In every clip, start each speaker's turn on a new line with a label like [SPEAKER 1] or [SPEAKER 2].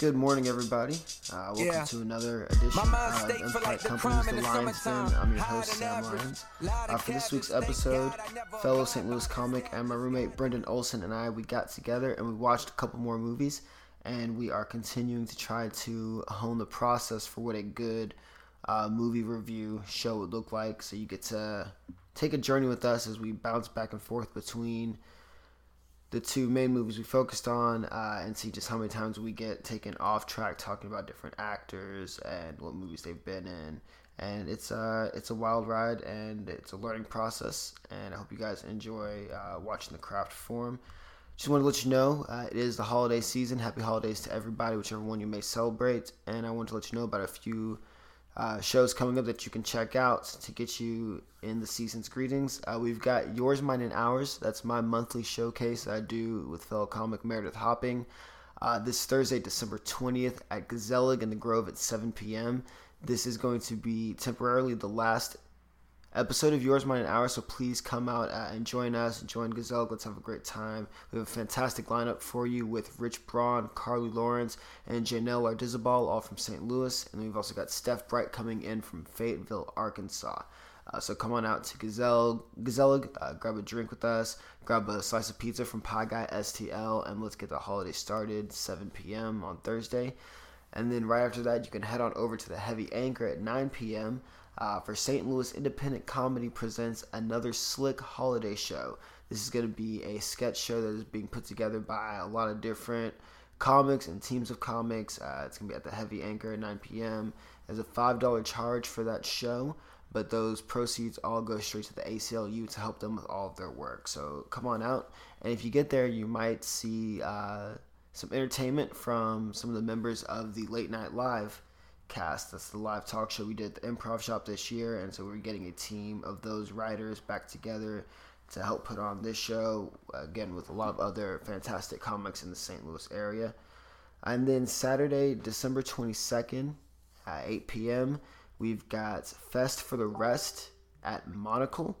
[SPEAKER 1] Good morning, everybody. Uh, welcome
[SPEAKER 2] Yeah.
[SPEAKER 1] to another edition
[SPEAKER 2] My mind
[SPEAKER 1] of
[SPEAKER 2] state for
[SPEAKER 1] Impact
[SPEAKER 2] like the
[SPEAKER 1] Companies,
[SPEAKER 2] crime
[SPEAKER 1] the
[SPEAKER 2] in the
[SPEAKER 1] Lions Den.
[SPEAKER 2] summertime.
[SPEAKER 1] I'm your
[SPEAKER 2] Higher
[SPEAKER 1] host,
[SPEAKER 2] than
[SPEAKER 1] Sam
[SPEAKER 2] average.
[SPEAKER 1] Lyons.
[SPEAKER 2] Lot
[SPEAKER 1] Uh,
[SPEAKER 2] of
[SPEAKER 1] for this week's
[SPEAKER 2] cabbage, thank
[SPEAKER 1] episode,
[SPEAKER 2] God I never
[SPEAKER 1] fellow
[SPEAKER 2] applied
[SPEAKER 1] St.
[SPEAKER 2] for
[SPEAKER 1] Louis comic
[SPEAKER 2] myself.
[SPEAKER 1] and my roommate Brendan Olson and I, we got together and we watched a couple more movies, and we are continuing to try to hone the process for what a good uh, movie review show would look like. So you get to take a journey with us as we bounce back and forth between the two main movies we focused on uh, and see just how many times we get taken off track talking about different actors and what movies they've been in and it's uh it's a wild ride and it's a learning process and i hope you guys enjoy uh, watching the craft form just want to let you know uh, it is the holiday season happy holidays to everybody whichever one you may celebrate and i want to let you know about a few uh, shows coming up that you can check out to get you in the season's greetings. Uh, we've got Yours, Mine, and Ours. That's my monthly showcase that I do with fellow comic Meredith Hopping. Uh, this Thursday, December 20th at Gazelig in the Grove at 7 p.m. This is going to be temporarily the last episode of Yours, Mine, and Ours. So please come out uh, and join us. Join Gazelle. Let's have a great time. We have a fantastic lineup for you with Rich Braun, Carly Lawrence, and Janelle Ardizabal, all from St. Louis. And we've also got Steph Bright coming in from Fayetteville, Arkansas. Uh, so come on out to Gazelle, Gazelle uh, grab a drink with us, grab a slice of pizza from Pie Guy STL, and let's get the holiday started, 7 p.m. on Thursday. And then right after that, you can head on over to the Heavy Anchor at 9 p.m. Uh, for St. Louis Independent Comedy presents another slick holiday show. This is going to be a sketch show that is being put together by a lot of different comics and teams of comics. Uh, it's going to be at the Heavy Anchor at 9 p.m. There's a $5 charge for that show, but those proceeds all go straight to the ACLU to help them with all of their work. So come on out. And if you get there, you might see. Uh, some entertainment from some of the members of the Late Night Live cast. That's the live talk show we did at the Improv Shop this year, and so we're getting a team of those writers back together to help put on this show again with a lot of other fantastic comics in the St. Louis area. And then Saturday, December 22nd at 8 p.m., we've got Fest for the Rest at Monocle.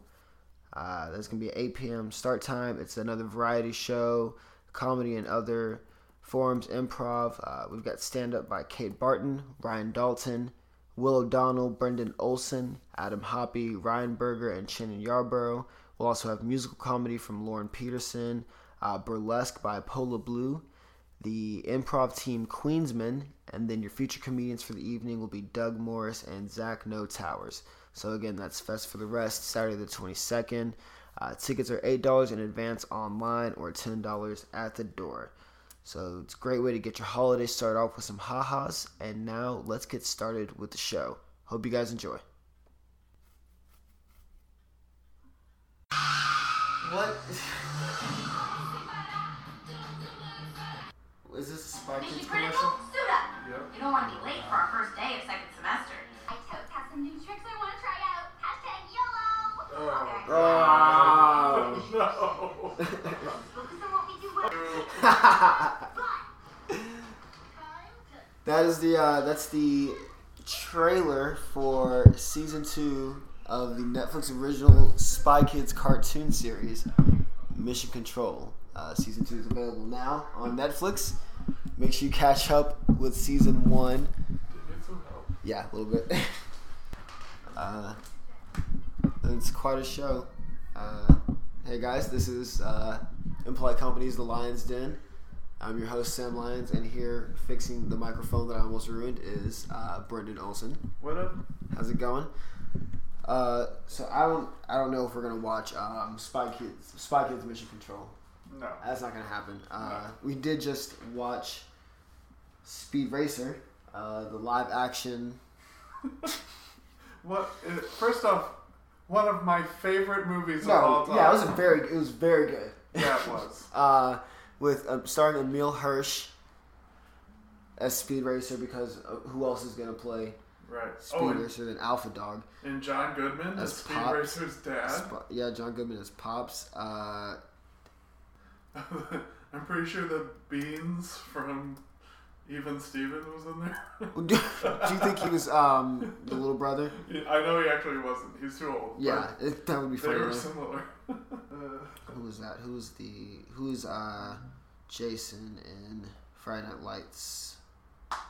[SPEAKER 1] Uh, that's going to be at 8 p.m. start time. It's another variety show, comedy and other forms, improv. Uh, we've got stand up by Kate Barton, Ryan Dalton, Will O'Donnell, Brendan Olson, Adam Hoppy, Ryan Berger, and Shannon Yarborough. We'll also have musical comedy from Lauren Peterson, uh, burlesque by Pola Blue, the improv team Queensmen, and then your feature comedians for the evening will be Doug Morris and Zach No Towers. So again, that's Fest for the Rest, Saturday the 22nd. Uh, tickets are $8 in advance online or $10 at the door. So it's a great way to get your holiday started off with some ha-has. And now let's get started with the show. Hope you guys enjoy. What? Is this a Spy
[SPEAKER 3] Think you critical? Suit up! You don't want to be late for our first day of second semester.
[SPEAKER 4] I totes have some new tricks I want to try out. Hashtag YOLO. Okay.
[SPEAKER 1] Oh.
[SPEAKER 4] Focus on what we do well.
[SPEAKER 1] that is the uh, that's the trailer for season two of the Netflix original Spy Kids cartoon series, Mission Control. Uh, season two is available now on Netflix. Make sure you catch up with season one. Yeah, a little bit. uh, it's quite a show. Uh, hey guys, this is uh, Impolite Company's The Lion's Den. I'm your host Sam Lyons, and here fixing the microphone that I almost ruined is uh, Brendan Olson.
[SPEAKER 5] What up?
[SPEAKER 1] How's it going? Uh, so I don't, I don't know if we're gonna watch um, Spy Kids, Spy Kids Mission Control.
[SPEAKER 5] No.
[SPEAKER 1] That's not gonna happen. Uh, we did just watch Speed Racer, uh, the live action.
[SPEAKER 5] What? uh, First off, one of my favorite movies of all
[SPEAKER 1] No,
[SPEAKER 5] time.
[SPEAKER 1] yeah, it was a very, it was very good.
[SPEAKER 5] Yeah, it was.
[SPEAKER 1] uh, with um, starring Emil Hirsch as Speed Racer because uh, who else is gonna play
[SPEAKER 5] Right.
[SPEAKER 1] Speed
[SPEAKER 5] oh, and,
[SPEAKER 1] Racer than Alpha Dog?
[SPEAKER 5] and John Goodman, the
[SPEAKER 1] That's
[SPEAKER 5] Speed
[SPEAKER 1] Pops.
[SPEAKER 5] Racer's dad.
[SPEAKER 1] Sp- yeah, John Goodman as Pops. Uh,
[SPEAKER 5] I'm pretty sure the Beans from Even Steven was in there.
[SPEAKER 1] do, do you think he was um, the little brother?
[SPEAKER 5] I know he actually wasn't. He's too old.
[SPEAKER 1] Yeah, it, that would be
[SPEAKER 5] But they
[SPEAKER 1] funny.
[SPEAKER 5] were
[SPEAKER 1] though.
[SPEAKER 5] similar. Uh,
[SPEAKER 1] Who was that? Who was the who's uh, Jason in Friday Night Lights?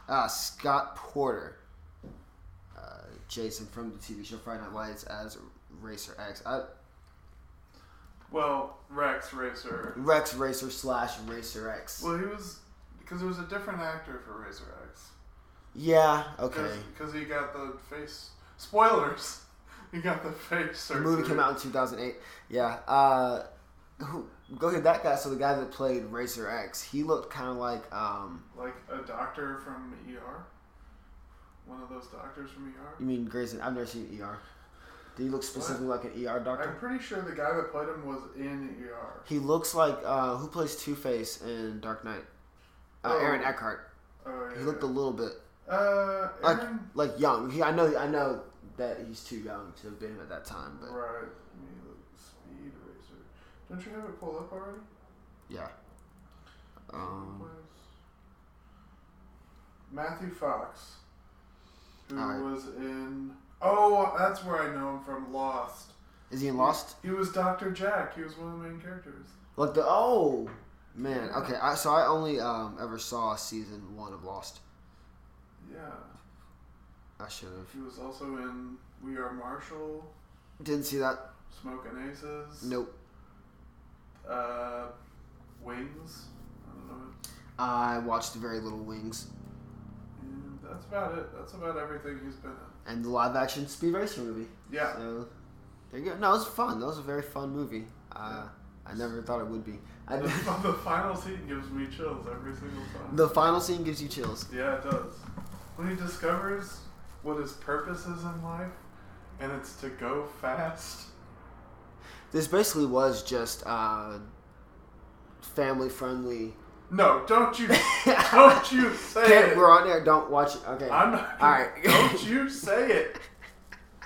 [SPEAKER 1] Uh, Scott Porter, uh, Jason from the TV show Friday Night Lights as Racer X. I,
[SPEAKER 5] Well, Rex Racer.
[SPEAKER 1] Rex Racer slash Racer X.
[SPEAKER 5] Well, he was because it was a different actor for Razor X.
[SPEAKER 1] Yeah, okay.
[SPEAKER 5] Because he got the face. Spoilers. He got the face.
[SPEAKER 1] The
[SPEAKER 5] Surgery.
[SPEAKER 1] movie came out in 2008. Yeah. Uh, who, go ahead, that guy. So the guy that played Racer X, he looked kind of like um,
[SPEAKER 5] Like a doctor from ER. One of those doctors from ER.
[SPEAKER 1] you mean Grayson? I've never seen ER. Did he look specifically like an ER
[SPEAKER 5] I'm
[SPEAKER 1] doctor?
[SPEAKER 5] pretty sure the guy that played him was in ER.
[SPEAKER 1] He looks like uh, who plays Two Face in Dark Knight? Uh,
[SPEAKER 5] Oh.
[SPEAKER 1] Aaron Eckhart.
[SPEAKER 5] Oh, yeah.
[SPEAKER 1] He looked a little bit
[SPEAKER 5] Uh,
[SPEAKER 1] like
[SPEAKER 5] Aaron-
[SPEAKER 1] like young. He, I know I know that he's too young to have been him at that time, but
[SPEAKER 5] Right. Let me look. Speed Racer. Don't you have it pulled up already?
[SPEAKER 1] yeah. Um,
[SPEAKER 5] Matthew Fox, who
[SPEAKER 1] Alright.
[SPEAKER 5] was in. Oh, that's where I know him from. Lost.
[SPEAKER 1] is he in Lost?
[SPEAKER 5] He was Doctor Jack. He was one of the main characters.
[SPEAKER 1] Like the oh man. Okay, I, so I only um, ever saw season one of Lost.
[SPEAKER 5] Yeah,
[SPEAKER 1] I should have
[SPEAKER 5] he was also in We Are Marshall,
[SPEAKER 1] didn't see that.
[SPEAKER 5] Smoking Aces.
[SPEAKER 1] Nope.
[SPEAKER 5] Uh, Wings. I don't know.
[SPEAKER 1] I watched very little Wings
[SPEAKER 5] And that's about it. That's about everything he's been in.
[SPEAKER 1] and the live action Speed Racer movie.
[SPEAKER 5] Yeah.
[SPEAKER 1] So there you go. No, it was fun. That was a very fun movie. Uh, I never thought it would be. I,
[SPEAKER 5] The, the final scene gives me chills every single time.
[SPEAKER 1] the final scene gives you chills.
[SPEAKER 5] Yeah, it does. When he discovers what his purpose is in life, and it's to go fast.
[SPEAKER 1] This basically was just uh, family friendly.
[SPEAKER 5] No, don't you, don't you say
[SPEAKER 1] Can't-
[SPEAKER 5] it.
[SPEAKER 1] We're on there. Don't watch it. Okay.
[SPEAKER 5] I'm not.
[SPEAKER 1] All right.
[SPEAKER 5] don't you say it.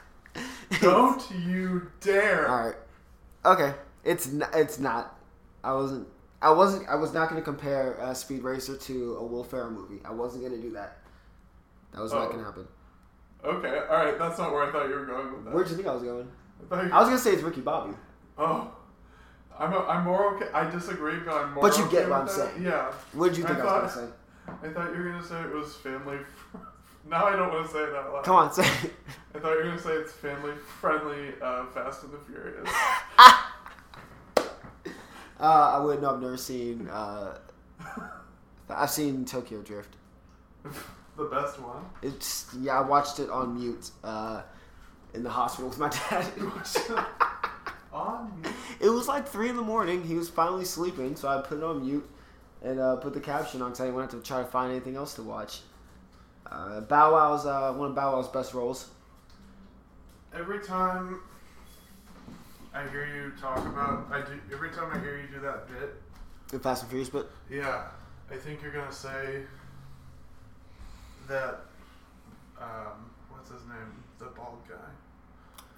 [SPEAKER 5] Don't you dare.
[SPEAKER 1] All right. Okay. It's not, it's not. I wasn't. I wasn't. I was not going to compare uh, Speed Racer to a Will Ferrell movie. I wasn't going to do that. That was
[SPEAKER 5] Oh.
[SPEAKER 1] not going to happen.
[SPEAKER 5] Okay, all right. That's not where I thought you were going with that.
[SPEAKER 1] Where'd you think I was going?
[SPEAKER 5] I thought you-
[SPEAKER 1] I was going to say it's Ricky Bobby.
[SPEAKER 5] oh, I'm, I'm more okay. I disagree, but I'm more.
[SPEAKER 1] But you
[SPEAKER 5] okay
[SPEAKER 1] get what
[SPEAKER 5] with
[SPEAKER 1] I'm
[SPEAKER 5] that.
[SPEAKER 1] saying.
[SPEAKER 5] Yeah.
[SPEAKER 1] What did you
[SPEAKER 5] I
[SPEAKER 1] think I, was
[SPEAKER 5] thought-
[SPEAKER 1] going to say?
[SPEAKER 5] I thought you were gonna say it was family. fr- now I don't want to say it out loud.
[SPEAKER 1] Come on, say. it.
[SPEAKER 5] I thought you were gonna say it's family friendly, uh, Fast and the Furious.
[SPEAKER 1] Uh, I wouldn't know. I've never seen. Uh, I've seen Tokyo Drift.
[SPEAKER 5] the best one.
[SPEAKER 1] It's yeah. I watched it on mute uh, in the hospital with my dad.
[SPEAKER 5] On you.
[SPEAKER 1] It was like three in the morning. He was finally sleeping, so I put it on mute and uh, put the caption on because I didn't want to try to find anything else to watch. Uh, Bow Wow's uh, one of Bow Wow's best roles.
[SPEAKER 5] Every time I hear you talk about, I do. Every time I hear you do that bit,
[SPEAKER 1] in Fast and Furious, but
[SPEAKER 5] yeah, I think you're gonna say that. Um, what's his name? The bald guy.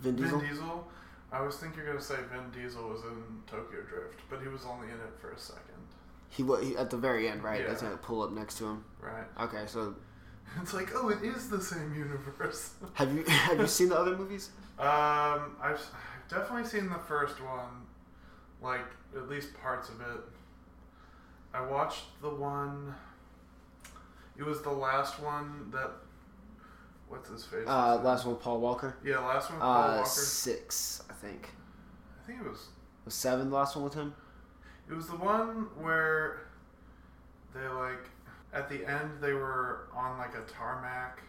[SPEAKER 1] Vin Diesel.
[SPEAKER 5] Vin Diesel. I always think you're gonna say Vin Diesel was in Tokyo Drift, but he was only in it for a second,
[SPEAKER 1] He, wa- he at the very end, right?
[SPEAKER 5] Yeah.
[SPEAKER 1] That's gonna pull up next to him.
[SPEAKER 5] right?
[SPEAKER 1] Okay, so
[SPEAKER 5] It's like, oh, it is the same universe.
[SPEAKER 1] have you have you seen the other movies?
[SPEAKER 5] Um, I've, s- I've definitely seen the first one, like at least parts of it. I watched the one. It was the last one that. What's his face?
[SPEAKER 1] Uh, last one, Paul Walker.
[SPEAKER 5] yeah, last one. with Paul
[SPEAKER 1] Uh,
[SPEAKER 5] Walker.
[SPEAKER 1] six, I think.
[SPEAKER 5] I think it was.
[SPEAKER 1] Was seven the last one with him?
[SPEAKER 5] It was the one where they like at the end they were on like a tarmac,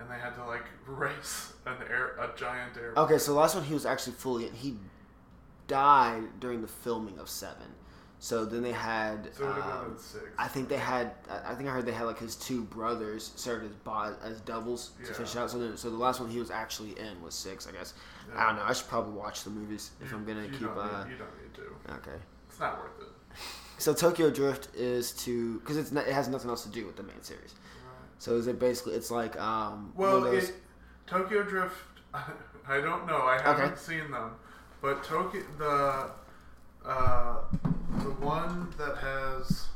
[SPEAKER 5] and they had to like race an air a giant air.
[SPEAKER 1] Okay, so last one he was actually fully he died during the filming of Seven. So then they had
[SPEAKER 5] So it would have
[SPEAKER 1] um,
[SPEAKER 5] been six.
[SPEAKER 1] I think they had I- I think I heard they had like his two brothers served as bo- as doubles to
[SPEAKER 5] Yeah.
[SPEAKER 1] finish out. So then, so the last one he was actually in was six, I guess. I
[SPEAKER 5] Yeah.
[SPEAKER 1] don't know. I should probably watch the movies if
[SPEAKER 5] You-
[SPEAKER 1] I'm gonna
[SPEAKER 5] you
[SPEAKER 1] keep.
[SPEAKER 5] don't
[SPEAKER 1] Uh,
[SPEAKER 5] need- you don't need to.
[SPEAKER 1] okay.
[SPEAKER 5] It's not worth it.
[SPEAKER 1] So Tokyo Drift is to because it's not, it has nothing else to do with the main series. So is it basically it's like um one of
[SPEAKER 5] Well,
[SPEAKER 1] those-
[SPEAKER 5] it, Tokyo Drift. I don't know. I haven't
[SPEAKER 1] Okay.
[SPEAKER 5] seen them, but Tokyo the uh, the one that has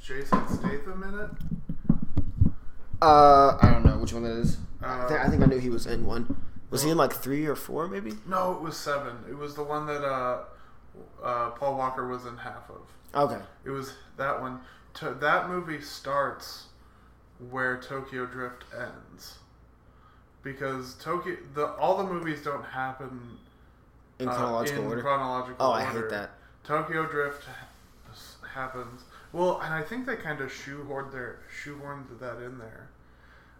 [SPEAKER 5] Jason Statham in it.
[SPEAKER 1] uh I don't know which one that is. I,
[SPEAKER 5] Uh,
[SPEAKER 1] think, I think I knew he was in one. Was he in like three or four maybe?
[SPEAKER 5] No, it was seven. It was the one that uh, uh, Paul Walker was in half of.
[SPEAKER 1] Okay.
[SPEAKER 5] It was that one. To, that movie starts where Tokyo Drift ends, because Tokyo the all the movies don't happen
[SPEAKER 1] in
[SPEAKER 5] uh,
[SPEAKER 1] chronological
[SPEAKER 5] in
[SPEAKER 1] order.
[SPEAKER 5] chronological
[SPEAKER 1] oh, I
[SPEAKER 5] order.
[SPEAKER 1] hate that.
[SPEAKER 5] Tokyo Drift s- happens. Well, and I think they kind of shoehorned their shoehorned that in there.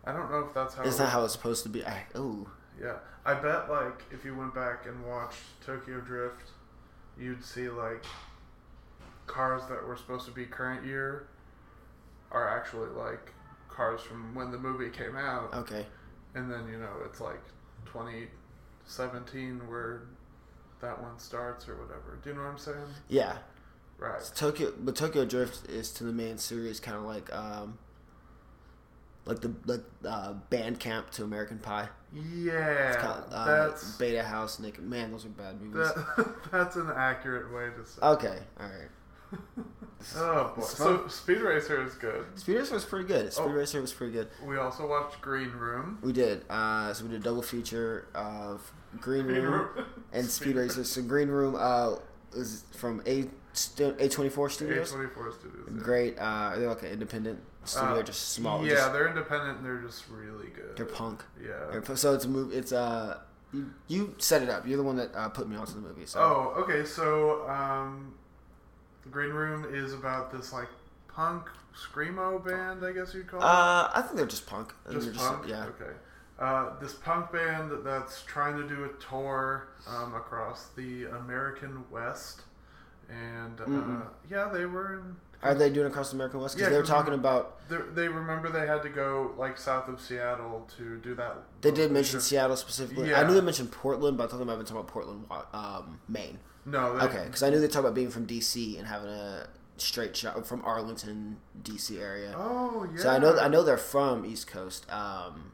[SPEAKER 5] I don't know if that's how.
[SPEAKER 1] It's
[SPEAKER 5] it
[SPEAKER 1] not
[SPEAKER 5] was-
[SPEAKER 1] how it's supposed to be. I, ooh,
[SPEAKER 5] Yeah, I bet like if you went back and watched Tokyo Drift, you'd see like cars that were supposed to be current year are actually like cars from when the movie came out,
[SPEAKER 1] okay.
[SPEAKER 5] and then you know it's like 2017 where that one starts or whatever. Do you know what I'm saying?
[SPEAKER 1] Yeah.
[SPEAKER 5] Right.
[SPEAKER 1] It's Tokyo, but Tokyo Drift is to the main series kind of like, um, like the like uh, Band Camp to American Pie.
[SPEAKER 5] Yeah,
[SPEAKER 1] It's called, uh,
[SPEAKER 5] that's
[SPEAKER 1] Beta House. Nick, man, those are bad movies.
[SPEAKER 5] that, that's an accurate way to say.
[SPEAKER 1] okay, all right.
[SPEAKER 5] oh boy!
[SPEAKER 1] it's
[SPEAKER 5] So
[SPEAKER 1] fun.
[SPEAKER 5] Speed Racer is good.
[SPEAKER 1] Speed Racer was pretty good. Speed
[SPEAKER 5] Oh.
[SPEAKER 1] Racer was pretty good.
[SPEAKER 5] We also watched Green Room.
[SPEAKER 1] We did. Uh, so we did a double feature of Green Room and Speed Racer. So Green Room uh, is from A A twenty four
[SPEAKER 5] A
[SPEAKER 1] Studios.
[SPEAKER 5] twenty four Studios. yeah.
[SPEAKER 1] Great. Uh, they're like an independent studio,
[SPEAKER 5] Uh,
[SPEAKER 1] just small.
[SPEAKER 5] Yeah,
[SPEAKER 1] just-
[SPEAKER 5] they're independent and they're just really good.
[SPEAKER 1] they're punk.
[SPEAKER 5] Yeah.
[SPEAKER 1] And So it's a movie. It's uh, you, you set it up. You're the one that uh, put me onto the movie. So
[SPEAKER 5] Oh, okay. So, um, the Green Room is about this like punk screamo band, I guess you'd call it.
[SPEAKER 1] uh, I think they're just punk. I think
[SPEAKER 5] Just
[SPEAKER 1] they're
[SPEAKER 5] punk.
[SPEAKER 1] Yeah.
[SPEAKER 5] Okay. Uh, this punk band that's trying to do a tour um, across the American West, and uh,
[SPEAKER 1] Mm-mm.
[SPEAKER 5] yeah, they were in
[SPEAKER 1] Are they doing across the American West? Because
[SPEAKER 5] Yeah,
[SPEAKER 1] they were
[SPEAKER 5] 'cause
[SPEAKER 1] talking
[SPEAKER 5] remember-
[SPEAKER 1] about.
[SPEAKER 5] They, they remember they had to go like south of Seattle to do that.
[SPEAKER 1] They did mention Seattle specifically. I knew they
[SPEAKER 5] Yeah.
[SPEAKER 1] mentioned Portland, but I thought they might have been talking about Portland, Wa- um, Maine.
[SPEAKER 5] No. They,
[SPEAKER 1] Okay, because I knew they talked about being from D.C. and having a straight shot from Arlington, D.C. area.
[SPEAKER 5] Oh yeah.
[SPEAKER 1] So I know I know they're from East Coast. Um,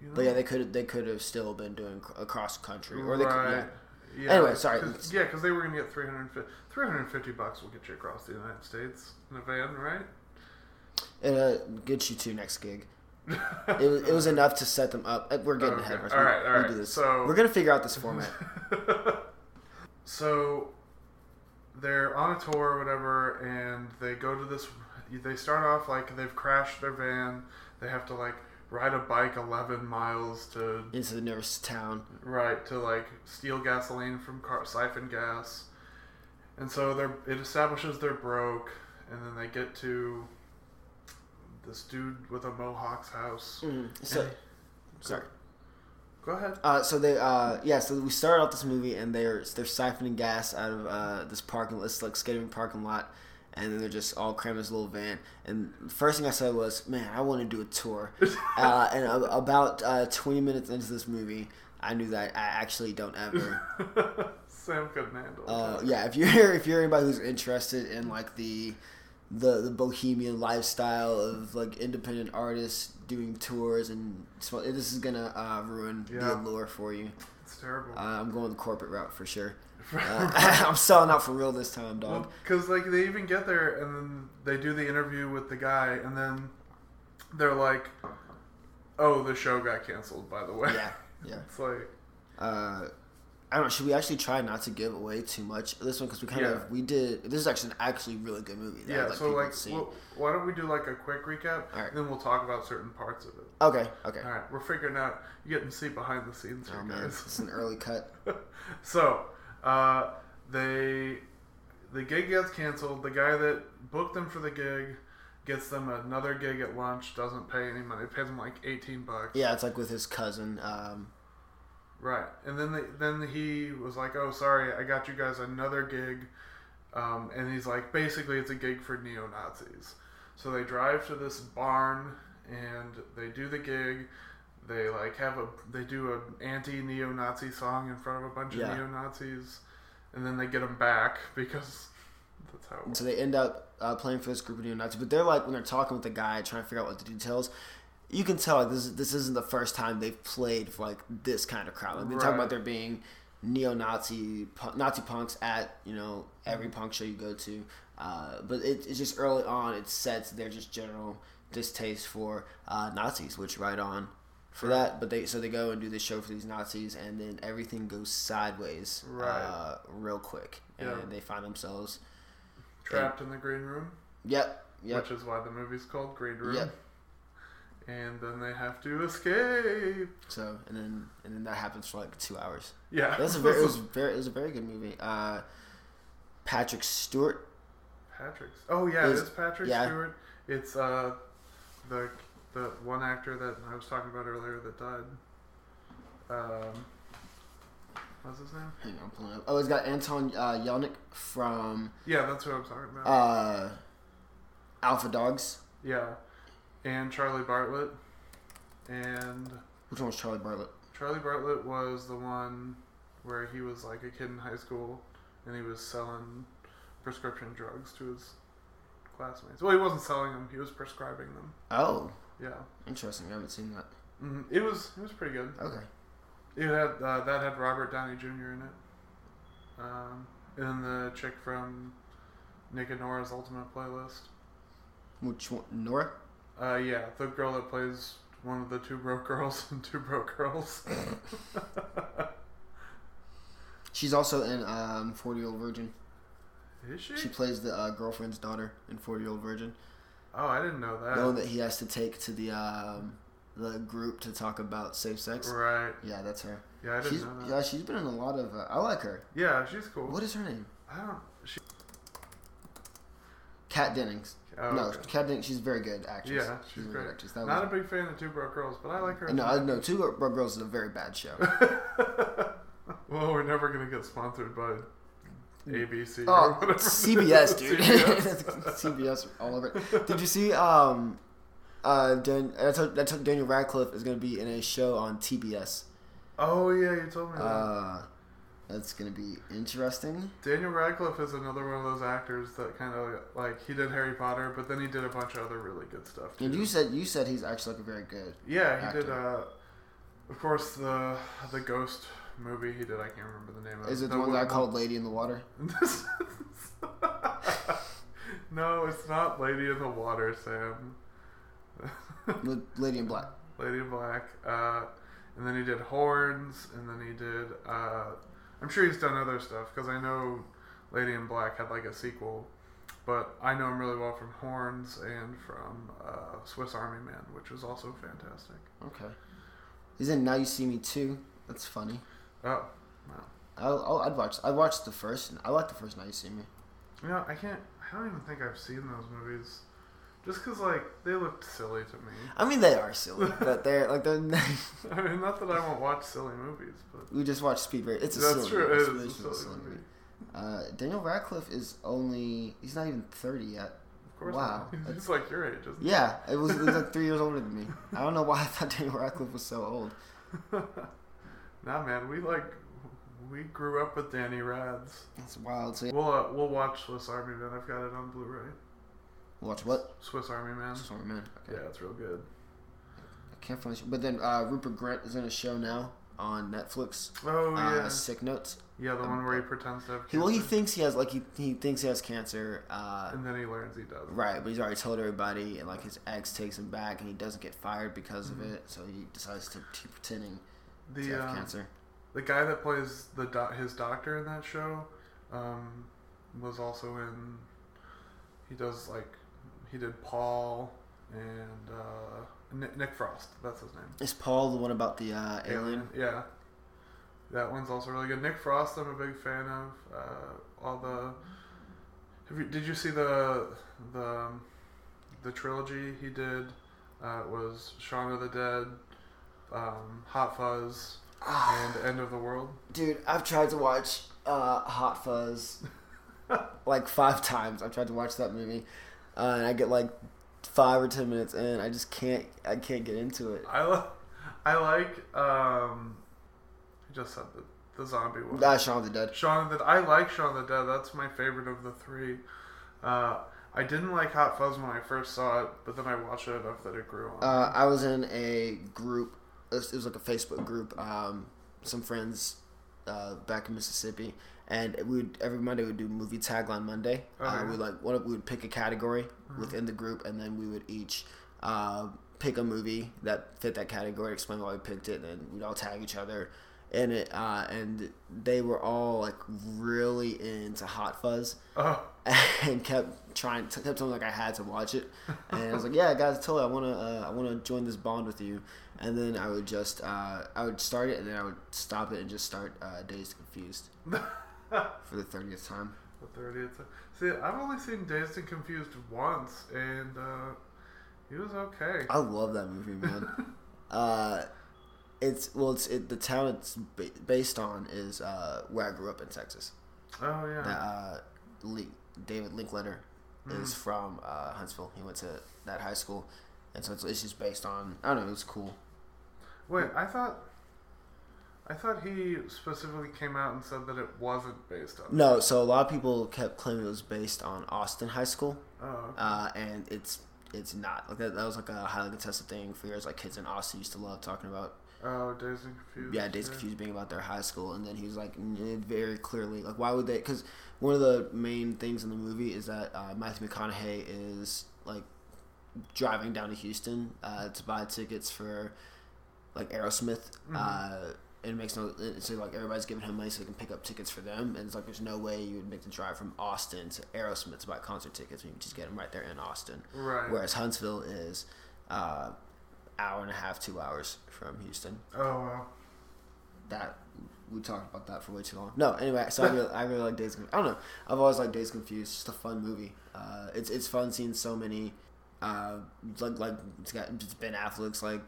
[SPEAKER 5] You
[SPEAKER 1] but yeah,
[SPEAKER 5] know?
[SPEAKER 1] they could they could have still been doing cr- across country, or they could, yeah.
[SPEAKER 5] Right. Yeah.
[SPEAKER 1] Anyway, sorry.
[SPEAKER 5] Cause, yeah, because they were gonna get 350, 350 bucks will get you across the United States in a van, right?
[SPEAKER 1] It uh, gets you to next gig. It was, it was enough to set them up. Uh, We're getting
[SPEAKER 5] Okay.
[SPEAKER 1] ahead of
[SPEAKER 5] All right, all
[SPEAKER 1] We
[SPEAKER 5] right.
[SPEAKER 1] do this.
[SPEAKER 5] So-
[SPEAKER 1] we're gonna figure out this format.
[SPEAKER 5] so they're on a tour or whatever, and they go to this. They start off like they've crashed their van. They have to like ride a bike 11 miles to
[SPEAKER 1] into the nearest town.
[SPEAKER 5] Right, to like steal gasoline from car siphon gas. And so they're it establishes they're broke and then they get to this dude with a mohawk's house.
[SPEAKER 1] Hmm. So, sorry.
[SPEAKER 5] Go ahead.
[SPEAKER 1] Uh, so they, uh, yeah. So we start out this movie, and they're they're siphoning gas out of uh, this parking, this like skating parking lot, and then they're just all crammed in this little van. And the first thing I said was, "Man, I want to do a tour." uh, and a- about uh, twenty minutes into this movie, I knew that I actually don't ever.
[SPEAKER 5] Sam couldn't handle it.
[SPEAKER 1] Uh, yeah, if you're if you're anybody who's interested in like the the, the bohemian lifestyle of like independent artists doing tours and sm- this is gonna uh, ruin the
[SPEAKER 5] Yeah.
[SPEAKER 1] allure for you.
[SPEAKER 5] It's terrible.
[SPEAKER 1] Uh, I'm going the corporate route for sure. Uh, I'm selling out for real this time, dog.
[SPEAKER 5] Because like they even get there and then they do the interview with the guy and then they're like, "Oh, the show got canceled." By the way,
[SPEAKER 1] Yeah, yeah.
[SPEAKER 5] it's like
[SPEAKER 1] Uh, I don't know. Should we actually try not to give away too much of this one because we kind
[SPEAKER 5] Yeah.
[SPEAKER 1] of we did. This is actually an actually really good movie. That
[SPEAKER 5] yeah.
[SPEAKER 1] I'd like
[SPEAKER 5] so
[SPEAKER 1] people
[SPEAKER 5] like,
[SPEAKER 1] to see.
[SPEAKER 5] well, why don't we do like a quick recap
[SPEAKER 1] All right.
[SPEAKER 5] and then we'll talk about certain parts of it.
[SPEAKER 1] okay, okay.
[SPEAKER 5] All right, we're figuring out. You getting to see behind the scenes here,
[SPEAKER 1] Oh man, it's
[SPEAKER 5] guys.
[SPEAKER 1] an early cut.
[SPEAKER 5] so, uh, they the gig gets canceled. The guy that booked them for the gig gets them another gig at lunch. Doesn't pay any money. Pays them like eighteen bucks.
[SPEAKER 1] Yeah, it's like with his cousin. Um,
[SPEAKER 5] Right, and then they, then he was like, "Oh, sorry, I got you guys another gig," um, and he's like, "Basically, it's a gig for neo Nazis." So they drive to this barn and they do the gig. They like have a they do an anti neo Nazi song in front of a bunch
[SPEAKER 1] Yeah.
[SPEAKER 5] of neo Nazis, and then they get them back because that's how. It
[SPEAKER 1] And
[SPEAKER 5] works.
[SPEAKER 1] so they end up uh, playing for this group of neo Nazis. But they're like when they're talking with the guy, trying to figure out what the details. You can tell like this is- this isn't the first time they've played for like this kind of crowd. Like they talk
[SPEAKER 5] Right.
[SPEAKER 1] about there being neo-Nazi pu- Nazi punks at you know every
[SPEAKER 5] Mm-hmm.
[SPEAKER 1] punk show you go to. Uh, but it, it's just early on. It sets their just general distaste for uh, Nazis, which right on for that. But they so they go and do this show for these Nazis, and then everything goes sideways
[SPEAKER 5] Right.
[SPEAKER 1] uh, real quick, and
[SPEAKER 5] Yeah.
[SPEAKER 1] they find themselves
[SPEAKER 5] Trapped in the green room.
[SPEAKER 1] Yep. Yep.
[SPEAKER 5] which is why the movie's called Green Room.
[SPEAKER 1] Yep.
[SPEAKER 5] And then they have to escape.
[SPEAKER 1] So and then and then that happens for like two hours.
[SPEAKER 5] Yeah,
[SPEAKER 1] That's a very it was very it was a very good movie. Uh, Patrick Stewart.
[SPEAKER 5] Patrick's. Oh yeah,
[SPEAKER 1] Is-
[SPEAKER 5] it's Patrick
[SPEAKER 1] yeah.
[SPEAKER 5] Stewart. It's uh, the the one actor that I was talking about earlier that died. Um, what's his name?
[SPEAKER 1] Hang on, I'm pulling up. Oh, it's got Anton uh, Yelnick from
[SPEAKER 5] Yeah, that's who I'm talking about.
[SPEAKER 1] uh, Alpha Dogs.
[SPEAKER 5] yeah, and Charlie Bartlett, and
[SPEAKER 1] Which one was Charlie Bartlett?
[SPEAKER 5] Charlie Bartlett was the one where he was like a kid in high school, and he was selling prescription drugs to his classmates. Well, he wasn't selling them; he was prescribing them.
[SPEAKER 1] Oh,
[SPEAKER 5] Yeah,
[SPEAKER 1] interesting. I haven't seen that.
[SPEAKER 5] hmm it was it was pretty good.
[SPEAKER 1] Okay.
[SPEAKER 5] It had uh, that had Robert Downey Jr. in it, um, and the chick from Nick and Nora's Ultimate Playlist.
[SPEAKER 1] Which one? Nora?
[SPEAKER 5] Uh, yeah, the girl that plays one of the two broke girls and two broke girls.
[SPEAKER 1] She's also in um, 40 Year Old Virgin.
[SPEAKER 5] Is she?
[SPEAKER 1] She plays the uh, girlfriend's daughter in 40 Year Old Virgin.
[SPEAKER 5] Oh, I didn't know that.
[SPEAKER 1] The one that he has to take to the um, the group to talk about safe sex.
[SPEAKER 5] Right.
[SPEAKER 1] Yeah, that's her.
[SPEAKER 5] Yeah, I didn't
[SPEAKER 1] She's,
[SPEAKER 5] know that.
[SPEAKER 1] yeah, she's been in a lot of. Uh, I like her.
[SPEAKER 5] Yeah, she's cool.
[SPEAKER 1] What is her name?
[SPEAKER 5] I don't. She,
[SPEAKER 1] Kat Dennings.
[SPEAKER 5] oh,
[SPEAKER 1] no,
[SPEAKER 5] okay.
[SPEAKER 1] Kat Dennings. She's a very good actress.
[SPEAKER 5] Yeah, she's
[SPEAKER 1] a
[SPEAKER 5] great.
[SPEAKER 1] good actress. That
[SPEAKER 5] Not
[SPEAKER 1] was,
[SPEAKER 5] a big fan of Two Broke Girls, but I like her.
[SPEAKER 1] no, I know. Two Broke Girls is a very bad show. Oh,
[SPEAKER 5] well, we're never gonna get sponsored by ABC. or
[SPEAKER 1] Oh,
[SPEAKER 5] whatever it is.
[SPEAKER 1] CBS, dude.
[SPEAKER 5] CBS.
[SPEAKER 1] CBS, all over it. Did you see? Um, uh, Dan, I told, I told Daniel Radcliffe is going to be in a show on TBS.
[SPEAKER 5] oh yeah, you told me that.
[SPEAKER 1] Uh, that's going to be interesting.
[SPEAKER 5] Daniel Radcliffe is another one of those actors that kind of like he did Harry Potter, but then he did a bunch of other really good stuff. Too.
[SPEAKER 1] And you said you said he's actually like a very good.
[SPEAKER 5] yeah, he did. Uh,
[SPEAKER 1] actor.
[SPEAKER 5] of course, the the Ghost movie he did. I can't remember the name of
[SPEAKER 1] Is it the one that I
[SPEAKER 5] woman-
[SPEAKER 1] called Lady in the Water?
[SPEAKER 5] no, it's not Lady in the Water, Sam.
[SPEAKER 1] L- Lady in Black.
[SPEAKER 5] Lady in Black. Uh, and then he did Horns, and then he did. Uh, I'm sure he's done other stuff because I know Lady in Black had like a sequel, but I know him really well from Horns and from uh, Swiss Army Man, which was also fantastic.
[SPEAKER 1] Okay. He's in Now You See Me Too. That's funny.
[SPEAKER 5] Oh, wow.
[SPEAKER 1] I'll, I'll, I'd watch. I watched the first. I like the first Now You See Me.
[SPEAKER 5] You know, I can't. I don't even think I've seen those movies, just because like they looked silly to me.
[SPEAKER 1] I mean, they are silly, but they're like they're.
[SPEAKER 5] I mean, not that I won't watch silly movies, but
[SPEAKER 1] we just watched Speed Racer. It's a
[SPEAKER 5] that's
[SPEAKER 1] silly
[SPEAKER 5] true.
[SPEAKER 1] movie.
[SPEAKER 5] It
[SPEAKER 1] It's
[SPEAKER 5] is a
[SPEAKER 1] literally a
[SPEAKER 5] silly
[SPEAKER 1] silly
[SPEAKER 5] movie.
[SPEAKER 1] movie. Uh, Daniel Radcliffe is only. He's not even thirty yet.
[SPEAKER 5] Of course.
[SPEAKER 1] Wow.
[SPEAKER 5] not. He's like your age, isn't
[SPEAKER 1] Yeah, it was, it was like three years older than me. I don't know why I thought Daniel Radcliffe was so old.
[SPEAKER 5] he? nah, man. We like we grew up with Danny Rads.
[SPEAKER 1] That's wild. So yeah.
[SPEAKER 5] We'll uh, we'll watch Swiss Army Man. I've got it on Blu-ray.
[SPEAKER 1] watch what?
[SPEAKER 5] Swiss Army Man.
[SPEAKER 1] Sorry, man. Okay.
[SPEAKER 5] Yeah, it's real good.
[SPEAKER 1] I can't find. But then uh, Rupert Grant is in a show now on Netflix.
[SPEAKER 5] Oh yeah,
[SPEAKER 1] Uh, Sick Notes.
[SPEAKER 5] yeah. The one where he pretends to have
[SPEAKER 1] He, well, he
[SPEAKER 5] cancer,
[SPEAKER 1] thinks he has like he, he thinks he has cancer. Uh,
[SPEAKER 5] and then he learns he doesn't.
[SPEAKER 1] Right, but he's already told everybody, and like his ex takes him back, and he doesn't get fired because of it. So he decides to keep pretending to
[SPEAKER 5] Mm-hmm. The
[SPEAKER 1] have
[SPEAKER 5] um,
[SPEAKER 1] cancer.
[SPEAKER 5] the guy that plays the doc his doctor in that show um, was also in. He does like he did Paul and uh, Nick, Nick Frost. That's his name.
[SPEAKER 1] Is Paul the one about the uh, alien?
[SPEAKER 5] Yeah. That one's also really good. Nick Frost, I'm a big fan of. Uh, all the. Have you, did you see the the um, the trilogy he did? Uh, it was Shaun of the Dead, um, Hot Fuzz, and End of the World.
[SPEAKER 1] Dude, I've tried to watch uh, Hot Fuzz like five times. I've tried to watch that movie, uh, and I get like five or ten minutes in. I just can't. I can't get into it.
[SPEAKER 5] I li- I like. Um, I just said the the zombie one.
[SPEAKER 1] Ah, Shaun of the Dead.
[SPEAKER 5] Shaun of the I like Shaun of the Dead. That's my favorite of the three. Uh, I didn't like Hot Fuzz when I first saw it, but then I watched it enough that it grew on. me.
[SPEAKER 1] Uh, I was in a group. It was it was like a Facebook group. Um, some friends uh, back in Mississippi, and we would every Monday we would do movie tagline Monday.
[SPEAKER 5] Oh,
[SPEAKER 1] uh,
[SPEAKER 5] yeah. Mm-hmm.
[SPEAKER 1] We like one of- we would pick a category within the group, and then we would each uh, pick a movie that fit that category, explain why we picked it, and then we'd all tag each other. and it uh, and they were all like really into Hot Fuzz
[SPEAKER 5] Oh,
[SPEAKER 1] and kept trying kept telling me like I had to watch it, and I was like, yeah, guys, totally, I wanna uh, I wanna join this bond with you, and then I would just uh, I would start it and then I would stop it and just start uh, Days Confused
[SPEAKER 5] the
[SPEAKER 1] for the thirtieth time.
[SPEAKER 5] thirtieth. See, I've only seen Dazed and Confused once, and uh, he was okay.
[SPEAKER 1] I love that movie, man. uh, it's well, it's it, the town it's ba- based on is uh, where I grew up in Texas.
[SPEAKER 5] oh yeah.
[SPEAKER 1] That, uh, Link, David Linkletter is from uh, Huntsville. He went to that high school, and so it's, it's just based on. I don't know. It's cool.
[SPEAKER 5] Wait, I thought. I thought he specifically came out and said that it wasn't based on.
[SPEAKER 1] No, so a lot of people kept claiming it was based on Austin High School,
[SPEAKER 5] Oh, okay.
[SPEAKER 1] uh, and it's it's not. Like that, that was like a highly contested thing for years. Like kids in Austin used to love talking about
[SPEAKER 5] oh, Dazed and Confused.
[SPEAKER 1] yeah, Days Confused being about their high school, and then he was like n- very clearly like, why would they? Because one of the main things in the movie is that uh, Matthew McConaughey is like driving down to Houston uh, to buy tickets for like Aerosmith. Uh, and it makes no and so like everybody's giving him money so they can pick up tickets for them, and it's like there's no way you would make the drive from Austin to Aerosmith to buy concert tickets when you can just get them right there in Austin.
[SPEAKER 5] Right.
[SPEAKER 1] Whereas Huntsville is uh, hour and a half, two hours from Houston
[SPEAKER 5] Oh wow.
[SPEAKER 1] that we talked about that for way too long. No, anyway, so I really, I really like Days. Conf- I don't know. I've always liked Days Confused. It's just a fun movie. Uh, it's it's fun seeing so many. Uh, like like it's got it's Ben Affleck's like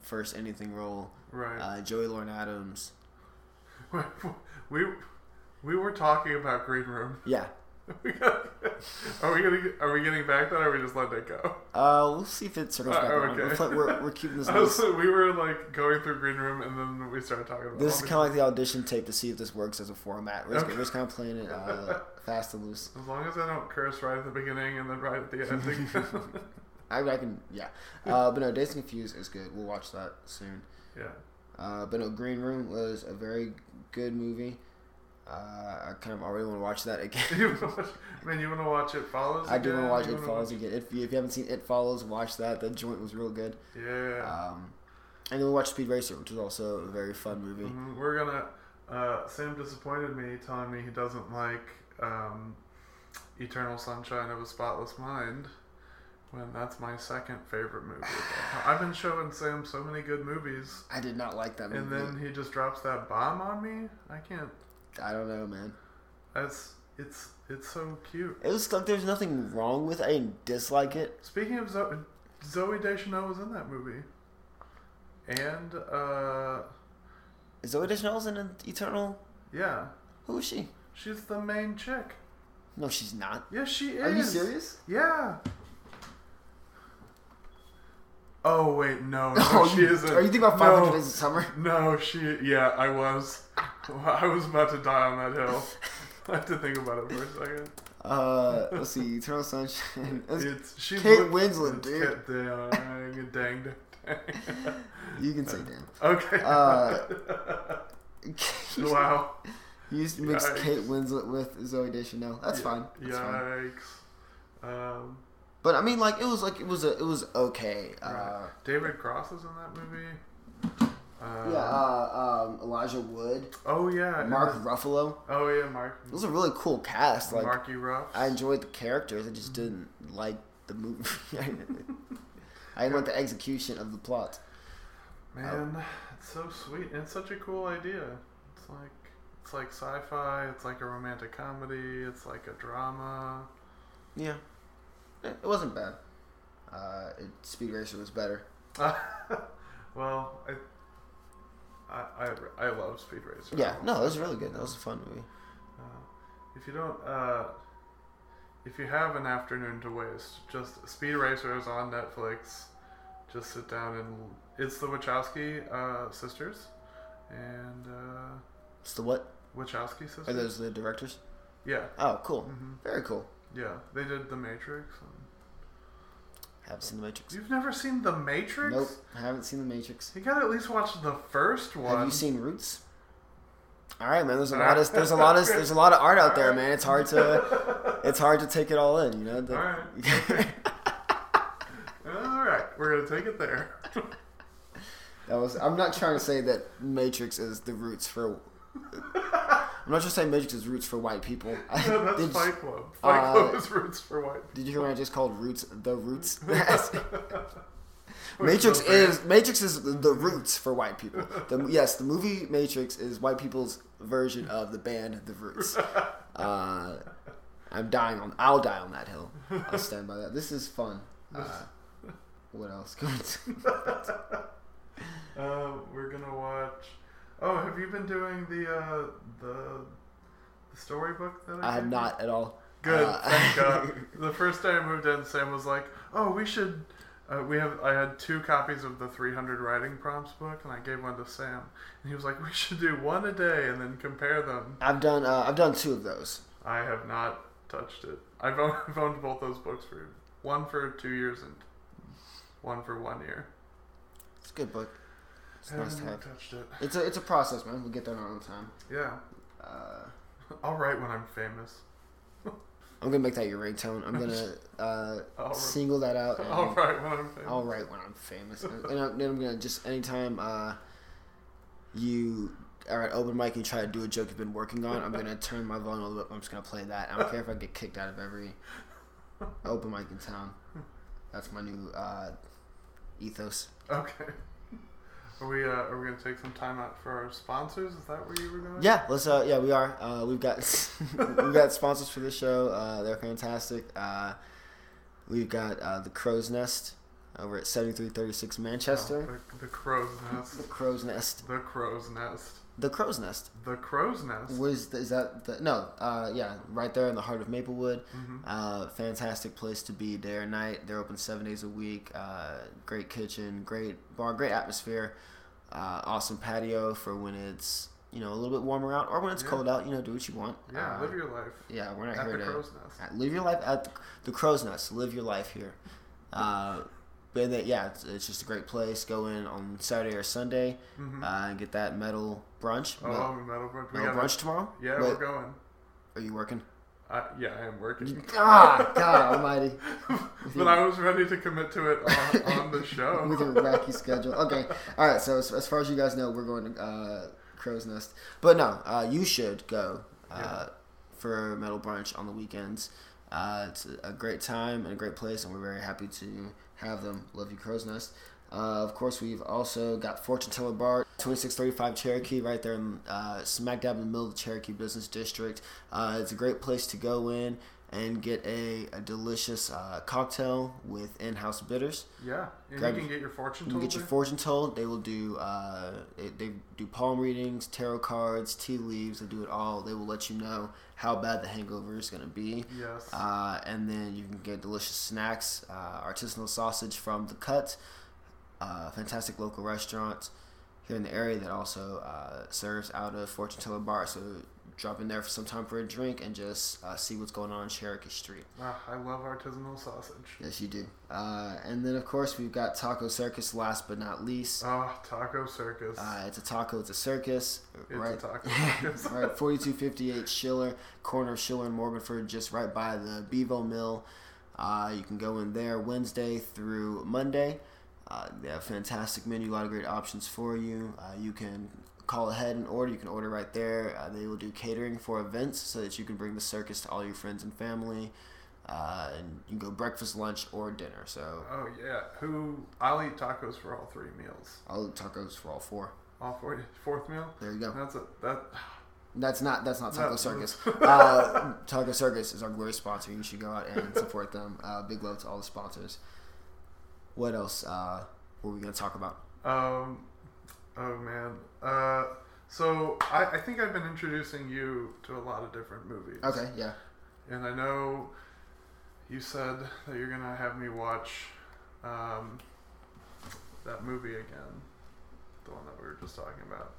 [SPEAKER 1] first anything role.
[SPEAKER 5] Right.
[SPEAKER 1] Uh, Joey Lauren Adams.
[SPEAKER 5] we we were talking about Green Room.
[SPEAKER 1] Yeah.
[SPEAKER 5] We got- are we getting are we getting back to that or are we just letting it go?
[SPEAKER 1] Uh, we'll see if it circles
[SPEAKER 5] Uh,
[SPEAKER 1] back around. We're,
[SPEAKER 5] okay.
[SPEAKER 1] pl- we're, we're keeping this
[SPEAKER 5] I was-
[SPEAKER 1] loose.
[SPEAKER 5] we were like going through Green Room and then we started talking about
[SPEAKER 1] This is
[SPEAKER 5] all
[SPEAKER 1] kind of like the audition tape to see if this works as a format. We're just,
[SPEAKER 5] Okay.
[SPEAKER 1] we're just kind of playing it uh, fast and loose.
[SPEAKER 5] these- as long as I don't curse right at the beginning and then right at the ending.
[SPEAKER 1] I, I can, yeah. Uh, but no, Days Confused is good. We'll watch that soon.
[SPEAKER 5] yeah.
[SPEAKER 1] Uh, but no, Green Room was a very good movie. Uh, I kind of already want to watch that
[SPEAKER 5] You
[SPEAKER 1] again.
[SPEAKER 5] wanna watch- man, you want to watch It Follows?
[SPEAKER 1] I do want
[SPEAKER 5] again?
[SPEAKER 1] to watch
[SPEAKER 5] You
[SPEAKER 1] It
[SPEAKER 5] wanna
[SPEAKER 1] Follows again. If you, if you haven't seen It Follows, watch that. That joint was real good.
[SPEAKER 5] Yeah.
[SPEAKER 1] Um, and then we watched Speed Racer, which was also a very fun movie.
[SPEAKER 5] Mhm. We're gonna. Uh, Sam disappointed me, telling me he doesn't like um, "Eternal Sunshine of a Spotless Mind," when that's my second favorite movie. of all time. I've been showing Sam so many good movies,
[SPEAKER 1] I did not like that movie.
[SPEAKER 5] and then he just drops that bomb on me. I can't.
[SPEAKER 1] I don't know, man.
[SPEAKER 5] That's it's it's so cute.
[SPEAKER 1] It was like there's nothing wrong with. It. I didn't dislike it.
[SPEAKER 5] Speaking of Zoe, Zoe Deschanel was in that movie, and uh,
[SPEAKER 1] Zoe Deschanel's in Eternal.
[SPEAKER 5] yeah,
[SPEAKER 1] Who is she?
[SPEAKER 5] she's the main chick.
[SPEAKER 1] No, she's not.
[SPEAKER 5] Yes, she is.
[SPEAKER 1] Are you serious?
[SPEAKER 5] Yeah. Oh wait, no, no,
[SPEAKER 1] Oh,
[SPEAKER 5] she
[SPEAKER 1] you-
[SPEAKER 5] isn't.
[SPEAKER 1] Are you thinking about 500 Days of Summer?
[SPEAKER 5] No, no, she. Yeah, I was. I was about to die on that hill. I had to think about it for a second.
[SPEAKER 1] Uh, let's see. Eternal Sunshine.
[SPEAKER 5] It's she's
[SPEAKER 1] Kate
[SPEAKER 5] li-
[SPEAKER 1] Winslet,
[SPEAKER 5] it's
[SPEAKER 1] dude.
[SPEAKER 5] Kate- uh, Dang, dang, dang.
[SPEAKER 1] you can say damn.
[SPEAKER 5] Okay.
[SPEAKER 1] Uh,
[SPEAKER 5] wow.
[SPEAKER 1] you just mixed
[SPEAKER 5] Yikes.
[SPEAKER 1] Kate Winslet with Zoe Deschanel. That's fine. That's fine.
[SPEAKER 5] Yikes. Um,
[SPEAKER 1] But I mean, like it was like it was a it was okay. Uh,
[SPEAKER 5] right. David Cross is in that movie. Uh,
[SPEAKER 1] Yeah, uh, um, Elijah Wood,
[SPEAKER 5] oh yeah. and
[SPEAKER 1] Mark
[SPEAKER 5] then-
[SPEAKER 1] Ruffalo.
[SPEAKER 5] Oh yeah, Mark.
[SPEAKER 1] It was a really cool cast. Like
[SPEAKER 5] Marky Ruff.
[SPEAKER 1] I enjoyed the characters. I just didn't like the movie. I didn't I didn't like the execution of the plot.
[SPEAKER 5] Man, it's so sweet and it's such a cool idea. It's like it's like sci-fi. It's like a romantic comedy. It's like a drama.
[SPEAKER 1] Yeah, Eh, it it wasn't bad. Uh, it, Speed Racer was better.
[SPEAKER 5] well, I, I I I love Speed Racer.
[SPEAKER 1] Yeah, no, it was really good. That was a fun movie.
[SPEAKER 5] Uh, if you don't, uh, if you have an afternoon to waste, just Speed Racer is on Netflix. Just sit down and it's the Wachowski uh, sisters, and uh,
[SPEAKER 1] It's the what?
[SPEAKER 5] Wachowski sisters.
[SPEAKER 1] Are those the directors?
[SPEAKER 5] Yeah,
[SPEAKER 1] Oh, cool.
[SPEAKER 5] Mhm.
[SPEAKER 1] Very cool.
[SPEAKER 5] yeah, they did The Matrix. and-
[SPEAKER 1] Haven't seen The Matrix.
[SPEAKER 5] You've never seen The Matrix?
[SPEAKER 1] Nope, haven't seen The Matrix.
[SPEAKER 5] You gotta at least watch the first one.
[SPEAKER 1] Have you seen Roots? All right, man. There's a lot of there's a lot of there's a lot of art out there, man. It's hard to it's hard to take it all in, you know. The-
[SPEAKER 5] All right. All right, we're gonna take it there.
[SPEAKER 1] That was. I'm not trying to say that Matrix is the roots for. I'm not just saying Matrix is roots for white people.
[SPEAKER 5] No, that's
[SPEAKER 1] did,
[SPEAKER 5] Fight Club. Fight
[SPEAKER 1] uh,
[SPEAKER 5] Club is roots for white.
[SPEAKER 1] did you hear when I just called roots the roots? Matrix
[SPEAKER 5] Matrix
[SPEAKER 1] is Matrix is the roots for white people. The, yes, the movie Matrix is white people's version of the band The Roots. Uh, I'm dying on. I'll die on that hill. I'll stand by that. This is fun. Uh, what else?
[SPEAKER 5] Uh, we're gonna watch. Oh, have you been doing the uh, the, the storybook that I,
[SPEAKER 1] I have
[SPEAKER 5] gave
[SPEAKER 1] not at all.
[SPEAKER 5] you? Good,
[SPEAKER 1] Uh,
[SPEAKER 5] thank God. The first day I moved in, Sam was like, "Oh, we should." Uh, we have. I had two copies of the 300 writing prompts book, and I gave one to Sam, and he was like, "We should do one a day and then compare them."
[SPEAKER 1] I've done. Uh, I've done two of those.
[SPEAKER 5] I have not touched it. I've owned, I've owned both those books for one for two years and one for one year.
[SPEAKER 1] It's a good book. It's
[SPEAKER 5] I
[SPEAKER 1] nice
[SPEAKER 5] haven't
[SPEAKER 1] to have.
[SPEAKER 5] touched it.
[SPEAKER 1] It's a it's a process, man. We'll get there in our own time.
[SPEAKER 5] Yeah,
[SPEAKER 1] Uh,
[SPEAKER 5] I'll write when I'm famous.
[SPEAKER 1] I'm gonna make that your ringtone. I'm gonna uh,
[SPEAKER 5] I'll re-
[SPEAKER 1] single that out. and-
[SPEAKER 5] I'll write when I'm famous.
[SPEAKER 1] I'll write when I'm famous, and and I'm- then I'm gonna just anytime uh, you are at open mic and you try to do a joke you've been working on, I'm gonna turn my volume a little bit. I'm just gonna play that. I don't care if I get kicked out of every open mic in town. That's my new uh, ethos.
[SPEAKER 5] Okay. Are we uh, are we gonna take some time out for our sponsors? Is that where you were going?
[SPEAKER 1] Yeah, let's. Uh, yeah, we are. Uh, we've got we've got sponsors for this show. Uh, they're fantastic. Uh, we've got uh, the Crow's Nest over at 7336 Manchester.
[SPEAKER 5] Oh, The, the crow's nest.
[SPEAKER 1] The Crow's Nest.
[SPEAKER 5] The crow's nest.
[SPEAKER 1] The Crow's Nest.
[SPEAKER 5] The crow's nest.
[SPEAKER 1] Was the, is that the no? Uh, yeah, right there in the heart of Maplewood.
[SPEAKER 5] Mhm.
[SPEAKER 1] Uh, fantastic place to be day or night. They're open seven days a week. Uh, great kitchen, great bar, great atmosphere. Uh, awesome patio for when it's you know a little bit warmer out or when it's
[SPEAKER 5] Yeah.
[SPEAKER 1] cold out. You know, do what you want.
[SPEAKER 5] Yeah,
[SPEAKER 1] Uh,
[SPEAKER 5] live your life
[SPEAKER 1] yeah, we're not
[SPEAKER 5] at
[SPEAKER 1] here
[SPEAKER 5] the
[SPEAKER 1] to
[SPEAKER 5] crow's nest.
[SPEAKER 1] at- live your life at the, the crow's nest. Live your life here. Uh, but then, yeah, it's, it's just a great place. Go in on Saturday or Sunday
[SPEAKER 5] Mhm.
[SPEAKER 1] uh, and get that metal brunch.
[SPEAKER 5] oh,
[SPEAKER 1] Mel-
[SPEAKER 5] metal brunch. We
[SPEAKER 1] metal
[SPEAKER 5] gotta-
[SPEAKER 1] brunch tomorrow.
[SPEAKER 5] Yeah,
[SPEAKER 1] Wait,
[SPEAKER 5] we're going.
[SPEAKER 1] are you working?
[SPEAKER 5] I, yeah, I am working.
[SPEAKER 1] Ah, God Almighty!
[SPEAKER 5] but I was ready to commit to it on, on the show.
[SPEAKER 1] With a wacky schedule. Okay, all right. So as, as far as you guys know, we're going to uh, Crow's Nest, but no, uh, you should go uh, for Metal Brunch on the weekends. Uh, it's a great time and a great place, and we're very happy to have them. Love you, Crow's Nest. Uh, of course, we've also got Fortune Teller Bar, 2635 Cherokee, right there in uh, smack dab in the middle of the Cherokee Business District. Uh, it's a great place to go in and get a, a delicious uh, cocktail with in-house bitters.
[SPEAKER 5] yeah, and
[SPEAKER 1] Grab-
[SPEAKER 5] you can get your fortune
[SPEAKER 1] You
[SPEAKER 5] told.
[SPEAKER 1] can get your
[SPEAKER 5] there.
[SPEAKER 1] fortune told. They will do. Uh, they, they do palm readings, tarot cards, tea leaves. They do it all. They will let you know how bad the hangover is going to be.
[SPEAKER 5] Yes.
[SPEAKER 1] Uh, and then you can get delicious snacks, uh, artisanal sausage from the Cut, uh, fantastic local restaurant here in the area that also uh, serves out of Fortune Teller Bar. So drop in there for some time for a drink and just uh, see what's going on in Cherokee Street.
[SPEAKER 5] Ah, I love artisanal sausage.
[SPEAKER 1] Yes, you do. Uh, and then of course we've got Taco Circus. Last but not least.
[SPEAKER 5] Oh, taco circus.
[SPEAKER 1] Uh, it's a taco. It's a circus.
[SPEAKER 5] It's a
[SPEAKER 1] right,
[SPEAKER 5] taco circus.
[SPEAKER 1] right. Forty-two fifty-eight Schiller, corner of Schiller and Morganford, just right by the Bevo Mill. Uh, you can go in there Wednesday through Monday. Uh, they have a fantastic menu, a lot of great options for you. Uh, you can call ahead and order. You can order right there. Uh, they will do catering for events so that you can bring the circus to all your friends and family. Uh, and you can go breakfast, lunch, or dinner. So
[SPEAKER 5] oh yeah, who? I'll eat tacos for all three meals.
[SPEAKER 1] I'll eat tacos for all four.
[SPEAKER 5] All four, fourth meal.
[SPEAKER 1] There you go.
[SPEAKER 5] That's a that.
[SPEAKER 1] That's not that's not Taco
[SPEAKER 5] No.
[SPEAKER 1] Circus. Uh, Taco Circus is our glorious sponsor. You should go out and support them. Uh, big love to all the sponsors. What else uh, were we gonna talk about?
[SPEAKER 5] Um, oh man. Uh, so I, I think I've been introducing you to a lot of different movies.
[SPEAKER 1] Okay, yeah,
[SPEAKER 5] And I know you said that you're gonna have me watch um, that movie again, the one that we were just talking about.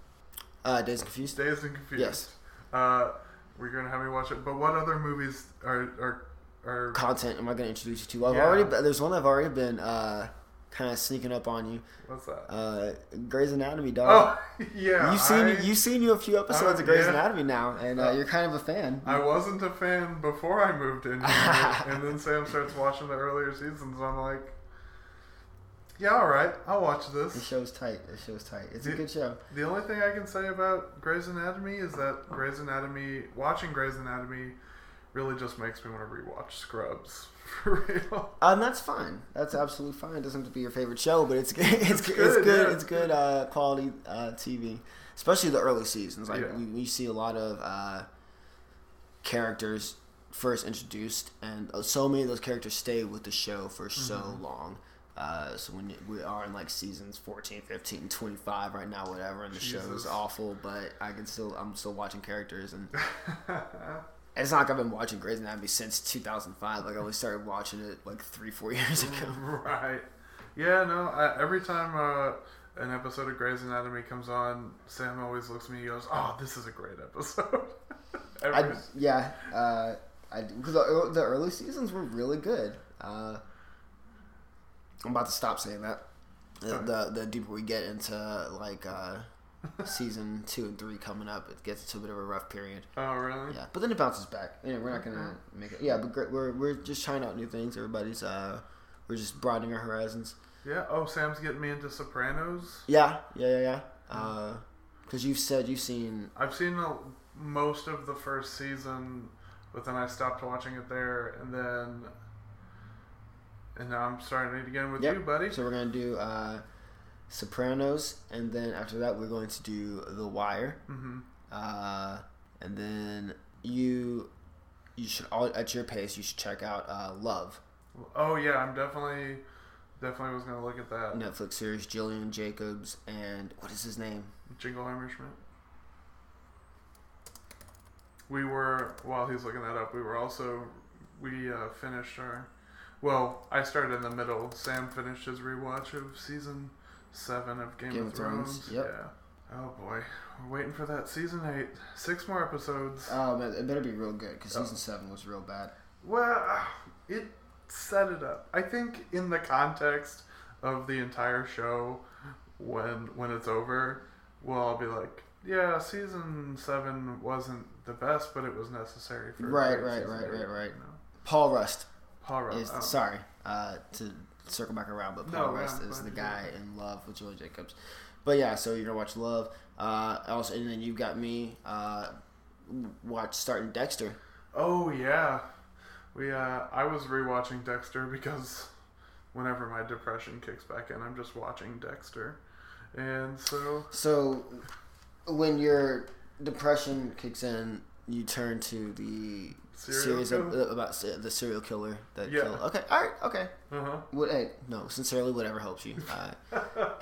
[SPEAKER 1] uh, Days Confused.
[SPEAKER 5] Dazed and confused.
[SPEAKER 1] Yes.
[SPEAKER 5] Uh, we're gonna have me watch it. But what other movies are are are?
[SPEAKER 1] Content. Am I gonna introduce you to? I've
[SPEAKER 5] Yeah.
[SPEAKER 1] already already. There's one I've already been uh, kind of sneaking up on you.
[SPEAKER 5] What's that?
[SPEAKER 1] Uh, Grey's Anatomy, dog.
[SPEAKER 5] oh yeah.
[SPEAKER 1] You've seen
[SPEAKER 5] I,
[SPEAKER 1] you've seen you a few episodes
[SPEAKER 5] Uh,
[SPEAKER 1] of Grey's
[SPEAKER 5] yeah.
[SPEAKER 1] Anatomy now, and uh,
[SPEAKER 5] Uh,
[SPEAKER 1] you're kind of a fan.
[SPEAKER 5] I wasn't a fan before I moved in here, and then Sam starts watching the earlier seasons. and I'm like, Yeah, all right. I'll watch
[SPEAKER 1] The
[SPEAKER 5] this.
[SPEAKER 1] show's tight. The show's tight. It's a
[SPEAKER 5] Dude.
[SPEAKER 1] good show.
[SPEAKER 5] The only thing I can say about Grey's Anatomy is that Grey's Anatomy, watching Grey's Anatomy, really just makes me want to rewatch Scrubs for real.
[SPEAKER 1] Um, that's fine. That's absolutely fine. It doesn't have to be your favorite show, but it's good. It's, good. It's
[SPEAKER 5] good,
[SPEAKER 1] good.
[SPEAKER 5] yeah.
[SPEAKER 1] It's good uh, quality uh, TV, especially the early seasons. Like
[SPEAKER 5] Yeah.
[SPEAKER 1] we, we see a lot of uh, characters first introduced, and uh, so many of those characters stay with the show for
[SPEAKER 5] Mm-hmm.
[SPEAKER 1] so long. Uh, so when you- we are in like seasons 14, 15, 25 right now, whatever, and the show is
[SPEAKER 5] Jesus.
[SPEAKER 1] awful, but I can still I'm still watching characters and. It's not like I've been watching Grey's Anatomy since 2005. Like I only started watching it like three, four years
[SPEAKER 5] Mm.
[SPEAKER 1] ago.
[SPEAKER 5] right. Yeah, no, I, every time uh, an episode of Grey's Anatomy comes on, Sam always looks at me and goes, Oh, this is a great episode. every,
[SPEAKER 1] I, yeah, uh, I because the, ear- the early seasons were really good. Uh, I'm about to stop saying that. The, the the deeper we get into like uh, season two and three coming up, it gets to a bit of a rough period.
[SPEAKER 5] oh, really?
[SPEAKER 1] Yeah, but then it bounces back. Anyway, we're not gonna make it. Yeah, but great, we're we're just trying out new things. Everybody's uh, we're just broadening our horizons.
[SPEAKER 5] Yeah, Oh, Sam's getting me into Sopranos.
[SPEAKER 1] Yeah, yeah, yeah, yeah. Because you've said you've seen
[SPEAKER 5] I've seen the, most of the first season, but then I stopped watching it there, and then. And now I'm starting it again with
[SPEAKER 1] Yep.
[SPEAKER 5] you, buddy.
[SPEAKER 1] So we're gonna do uh, Sopranos, and then after that we're going to do The Wire,
[SPEAKER 5] hmm
[SPEAKER 1] uh, and then you you should all at your pace you should check out uh, Love
[SPEAKER 5] Oh yeah, I'm definitely, definitely was gonna look at that.
[SPEAKER 1] Netflix series. Jillian Jacobs and what is his name?
[SPEAKER 5] Jingleheimer Schmidt. We were while he's looking that up. We were also we uh, finished our. Well, I started in the middle. Sam finished his rewatch of season seven of Game, of, Thrones.
[SPEAKER 1] yep.
[SPEAKER 5] Yeah. Oh boy, we're waiting for that season eight. Six more episodes.
[SPEAKER 1] Oh man, it better be real good because
[SPEAKER 5] Oh.
[SPEAKER 1] season seven was real bad.
[SPEAKER 5] Well, it set it up. I think in the context of the entire show, when when it's over, we'll all be like, "Yeah, season seven wasn't the best, but it was necessary for
[SPEAKER 1] Right,
[SPEAKER 5] for
[SPEAKER 1] right,
[SPEAKER 5] season
[SPEAKER 1] right,
[SPEAKER 5] eight,"
[SPEAKER 1] right, right.
[SPEAKER 5] you know?
[SPEAKER 1] Paul Rust
[SPEAKER 5] Paul Rudd.
[SPEAKER 1] is
[SPEAKER 5] oh.
[SPEAKER 1] sorry uh, to circle back around, but
[SPEAKER 5] No,
[SPEAKER 1] Paul
[SPEAKER 5] yeah,
[SPEAKER 1] Rust is
[SPEAKER 5] but-
[SPEAKER 1] the guy in Love with Julie Jacobs. But yeah, so you're gonna watch Love. Uh, also, and then you've got me uh, watch starting Dexter.
[SPEAKER 5] Oh yeah, we. Uh, I was rewatching Dexter because whenever my depression kicks back in, I'm just watching Dexter, and so
[SPEAKER 1] So when your depression kicks in, you turn to the
[SPEAKER 5] Serial
[SPEAKER 1] series of,
[SPEAKER 5] killer?
[SPEAKER 1] about se- the serial killer that
[SPEAKER 5] Yeah.
[SPEAKER 1] killed. Okay, all right, okay.
[SPEAKER 5] uh huh.
[SPEAKER 1] What? Hey, no, sincerely, whatever helps you uh,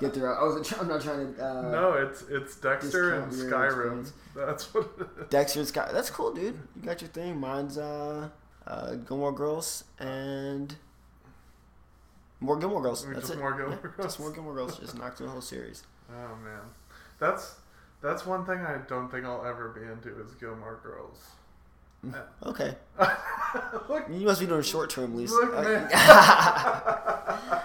[SPEAKER 1] get through. I was, I'm not trying to. Uh,
[SPEAKER 5] No, it's it's Dexter and
[SPEAKER 1] Discount your
[SPEAKER 5] Skyrim.
[SPEAKER 1] experience.
[SPEAKER 5] That's what it is.
[SPEAKER 1] Dexter's got that's cool, dude. You got your thing. Mine's uh, uh Gilmore Girls and more Gilmore Girls.
[SPEAKER 5] We
[SPEAKER 1] That's
[SPEAKER 5] just
[SPEAKER 1] it.
[SPEAKER 5] more Gilmore
[SPEAKER 1] Yeah, just
[SPEAKER 5] Girls.
[SPEAKER 1] more Gilmore Girls. Just knocked through the whole series.
[SPEAKER 5] Oh man, that's that's one thing I don't think I'll ever be into is Gilmore Girls.
[SPEAKER 1] Okay,
[SPEAKER 5] look,
[SPEAKER 1] you must be doing short term lease.
[SPEAKER 5] Look,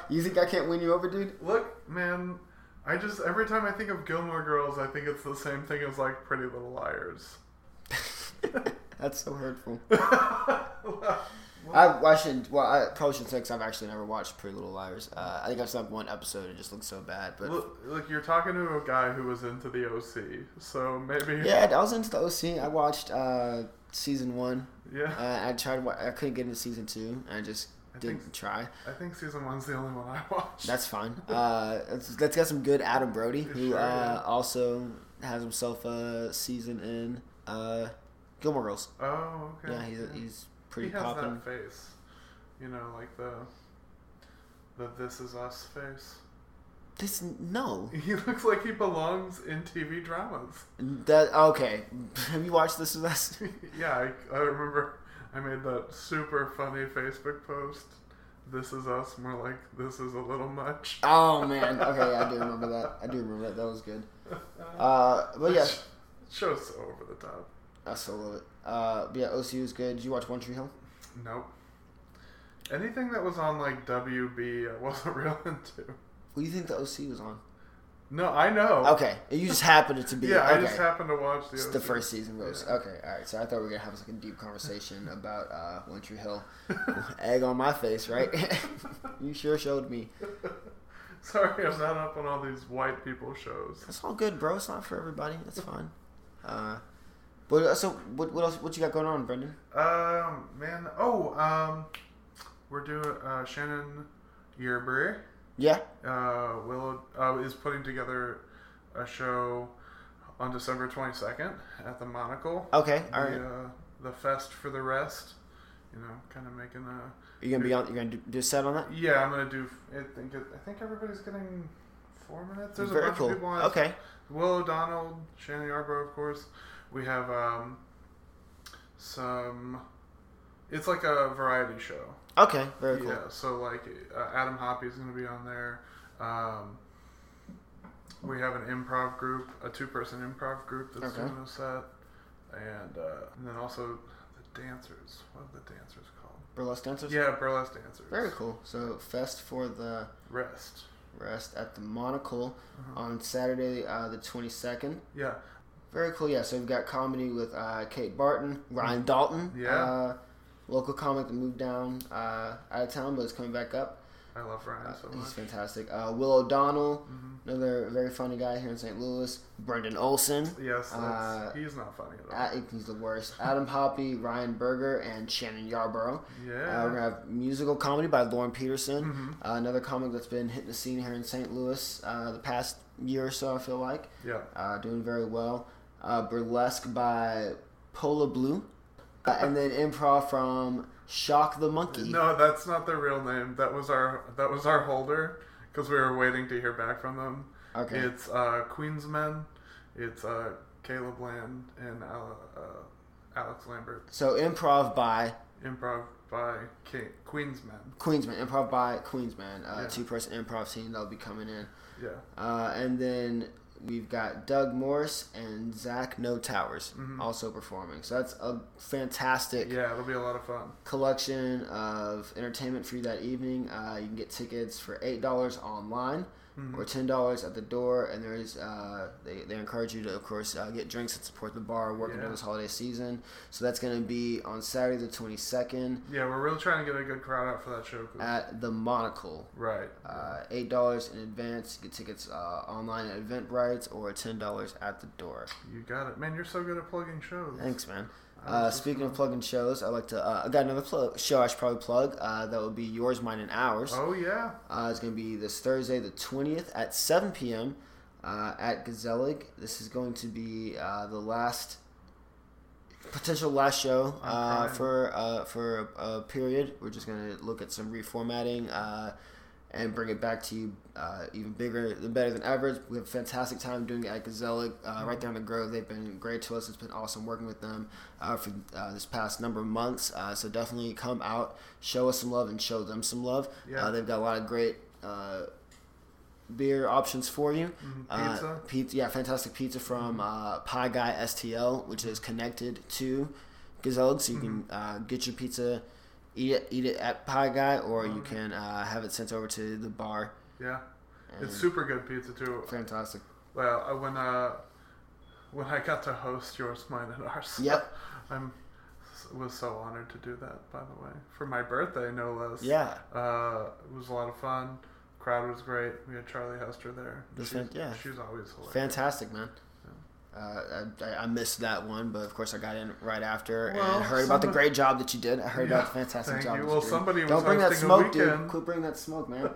[SPEAKER 1] you think I can't win you over, dude?
[SPEAKER 5] look, man. I just every time I think of Gilmore Girls, I think it's the same thing as like Pretty Little Liars.
[SPEAKER 1] That's so hurtful.
[SPEAKER 5] I,
[SPEAKER 1] I, I shouldn't. Well, I probably shouldn't say because I've actually never watched Pretty Little Liars. Uh, I think I've seen one episode. It just looks so bad. But
[SPEAKER 5] look, look, you're talking to a guy who was into the OC, so maybe
[SPEAKER 1] yeah, I was into the OC. I watched uh, season one.
[SPEAKER 5] yeah.
[SPEAKER 1] Uh, I tried. wa- I couldn't get into season two. I just
[SPEAKER 5] I
[SPEAKER 1] didn't
[SPEAKER 5] think-
[SPEAKER 1] try.
[SPEAKER 5] I think season one's the only one I watched.
[SPEAKER 1] That's fine. Uh, let's, let's get some good Adam Brody, who
[SPEAKER 5] Sure,
[SPEAKER 1] uh,
[SPEAKER 5] yeah.
[SPEAKER 1] also has himself a season in uh, Gilmore Girls.
[SPEAKER 5] oh okay.
[SPEAKER 1] Yeah, he's he's pretty
[SPEAKER 5] he has
[SPEAKER 1] poppin'.
[SPEAKER 5] that face, you know, like the the "This Is Us" face.
[SPEAKER 1] This no,
[SPEAKER 5] He looks like he belongs in TV dramas.
[SPEAKER 1] that okay. Have you watched this with us?
[SPEAKER 5] yeah, I, I remember I made that super funny Facebook post. This is us, more like this is a little much.
[SPEAKER 1] Oh man, okay, I do remember that. I do remember that. That was good. Uh, but yeah,
[SPEAKER 5] show's so over the top.
[SPEAKER 1] I still love it. Uh, but yeah, OCU is good. Did you watch One Tree Hill?
[SPEAKER 5] Nope. Anything that was on like WB, I wasn't real into.
[SPEAKER 1] What do you think the OC was on?
[SPEAKER 5] No, I know.
[SPEAKER 1] Okay, you just happened it to be.
[SPEAKER 5] Yeah,
[SPEAKER 1] okay.
[SPEAKER 5] I just happened to watch the.
[SPEAKER 1] It's the
[SPEAKER 5] OC.
[SPEAKER 1] first season goes.
[SPEAKER 5] Yeah.
[SPEAKER 1] Okay, all right. So I thought we were gonna have like a deep conversation about uh, One Tree Hill. Egg on my face, right? you sure showed me.
[SPEAKER 5] Sorry, I'm not up on all these white people shows.
[SPEAKER 1] That's all good, bro. It's not for everybody. That's fine. Uh, but so what? What else? What you got going on, Brendan?
[SPEAKER 5] Um, man. Oh, um, we're doing uh, Shannon Yerbury.
[SPEAKER 1] Yeah.
[SPEAKER 5] Uh, Willow uh, is putting together a show on December 22nd at the Monocle.
[SPEAKER 1] Okay. All right.
[SPEAKER 5] the, uh, the fest for the rest. You know, kind of making a
[SPEAKER 1] Are you gonna be on? You're gonna do, do a set on that?
[SPEAKER 5] yeah. I'm gonna do. I think I think everybody's getting four minutes. There's a
[SPEAKER 1] Very
[SPEAKER 5] bunch
[SPEAKER 1] cool.
[SPEAKER 5] of people on.
[SPEAKER 1] Okay.
[SPEAKER 5] Will O'Donnell, Shannon Yarbrough, of course. We have um, some. It's like a variety show.
[SPEAKER 1] Okay. Very cool.
[SPEAKER 5] Yeah, so like uh, Adam Hoppy's going to be on there. Um, we have an improv group, a two-person improv group that's
[SPEAKER 1] Okay.
[SPEAKER 5] doing a set, and uh, and then also the dancers. What are the dancers called?
[SPEAKER 1] Burlesque dancers.
[SPEAKER 5] Yeah, burlesque dancers.
[SPEAKER 1] Very cool. So fest for the
[SPEAKER 5] Rest.
[SPEAKER 1] rest at the Monocle
[SPEAKER 5] Uh-huh.
[SPEAKER 1] on Saturday, uh, the 22nd.
[SPEAKER 5] Yeah,
[SPEAKER 1] Very cool. Yeah. So we've got comedy with uh, Kate Barton, Ryan Dalton.
[SPEAKER 5] Yeah.
[SPEAKER 1] Uh, local comic that moved down uh, out of town, but is coming back up.
[SPEAKER 5] I love Ryan
[SPEAKER 1] Uh,
[SPEAKER 5] so
[SPEAKER 1] he's
[SPEAKER 5] much. Mm-hmm.
[SPEAKER 1] fantastic. Uh, Will O'Donnell, another very funny guy here in St. Louis. Brendan Olson.
[SPEAKER 5] Yes, that's,
[SPEAKER 1] Uh,
[SPEAKER 5] he's not funny at all.
[SPEAKER 1] I think he's the worst. Adam Hoppy, Ryan Berger, and Shannon Yarborough.
[SPEAKER 5] yeah. Mm-hmm.
[SPEAKER 1] Uh, we're gonna have musical comedy by Lauren Peterson, uh, another comic that's been hitting the scene here in St. Louis uh, the past year or so. I feel like
[SPEAKER 5] yeah.
[SPEAKER 1] uh, doing very well. Uh, burlesque by Pola Blue, uh, and then improv from Shock the Monkey.
[SPEAKER 5] No, that's not their real name. That was our that was our holder because we were waiting to hear back from them.
[SPEAKER 1] Okay.
[SPEAKER 5] It's uh, Queensmen. It's uh, Caleb Land and Al- uh, Alex Lambert.
[SPEAKER 1] So improv by
[SPEAKER 5] Improv by K- Queensmen.
[SPEAKER 1] Queensman, improv by Queensman, uh,
[SPEAKER 5] Yeah.
[SPEAKER 1] two-person improv scene that'll be coming in,
[SPEAKER 5] Yeah.
[SPEAKER 1] uh, and then we've got Doug Morris and Zach No Towers also performing. So that's a fantastic.
[SPEAKER 5] Mm-hmm. Yeah, it'll be a lot of fun.
[SPEAKER 1] collection of entertainment for you that evening. Uh, you can get tickets for eight dollars online
[SPEAKER 5] Mm-hmm.
[SPEAKER 1] or ten dollars at the door, and there is uh, they, they encourage you to of course uh, get drinks and support the bar working
[SPEAKER 5] Yeah.
[SPEAKER 1] during this holiday season. So that's going to be on Saturday the twenty second
[SPEAKER 5] Yeah, we're really trying to get a good crowd out for that show. 'cause-
[SPEAKER 1] at the Monocle.
[SPEAKER 5] right.
[SPEAKER 1] Uh, eight dollars in advance. You get tickets uh, online at Eventbrite or ten dollars at the door.
[SPEAKER 5] You got it, man. You're so good at plugging shows.
[SPEAKER 1] Thanks, man. Uh, speaking of plugging shows, I like to. Uh, I got another plug show I should probably plug. Uh, that would be yours, mine, and ours.
[SPEAKER 5] Oh yeah.
[SPEAKER 1] Uh, it's going to be this Thursday, the 20th at 7 p.m. Uh, at Gazelig. This is going to be uh, the last potential last show uh,
[SPEAKER 5] crying.
[SPEAKER 1] for uh, for a, a period. We're just going to look at some reformatting uh, and bring it back to you uh, even bigger, than better than average. We have a fantastic time doing it at Gazelic uh, right down the Grove. They've been great to us. It's been awesome working with them uh, for uh, this past number of months. Uh, so definitely come out, show us some love, and show them some love.
[SPEAKER 5] Yeah.
[SPEAKER 1] Uh, they've got a lot of great. Uh, beer options for you. Uh,
[SPEAKER 5] Mm-hmm. Pizza. Mm-hmm.
[SPEAKER 1] pizza, yeah, fantastic pizza from uh, Pie Guy STL, which is connected to Gazelle, so you can
[SPEAKER 5] Mm-hmm.
[SPEAKER 1] uh, get your pizza, eat it, eat it at Pie Guy, or you can uh, have it sent over to the bar.
[SPEAKER 5] Yeah.
[SPEAKER 1] And-
[SPEAKER 5] It's super good pizza too.
[SPEAKER 1] Fantastic.
[SPEAKER 5] Well, uh, when uh, when I got to host yours, mine, and ours.
[SPEAKER 1] Yep.
[SPEAKER 5] I'm was so honored to do that. By the way, for my birthday, no less.
[SPEAKER 1] Yeah.
[SPEAKER 5] Uh, it was a lot of fun. Crowd was great. We had Charlie Hester there.
[SPEAKER 1] That's
[SPEAKER 5] she's,
[SPEAKER 1] fan- yeah.
[SPEAKER 5] She's always hilarious.
[SPEAKER 1] Fantastic, man. Uh, I- I, I missed that one, but of course I got in right after
[SPEAKER 5] Well,
[SPEAKER 1] and heard about the
[SPEAKER 5] somebody-
[SPEAKER 1] great job that you did. I heard about the
[SPEAKER 5] Yeah,
[SPEAKER 1] fantastic
[SPEAKER 5] thank
[SPEAKER 1] job.
[SPEAKER 5] you.
[SPEAKER 1] that
[SPEAKER 5] Well,
[SPEAKER 1] did.
[SPEAKER 5] somebody was
[SPEAKER 1] don't bring that
[SPEAKER 5] hosting a
[SPEAKER 1] smoke, dude.
[SPEAKER 5] weekend.
[SPEAKER 1] Quit bringing that smoke, man.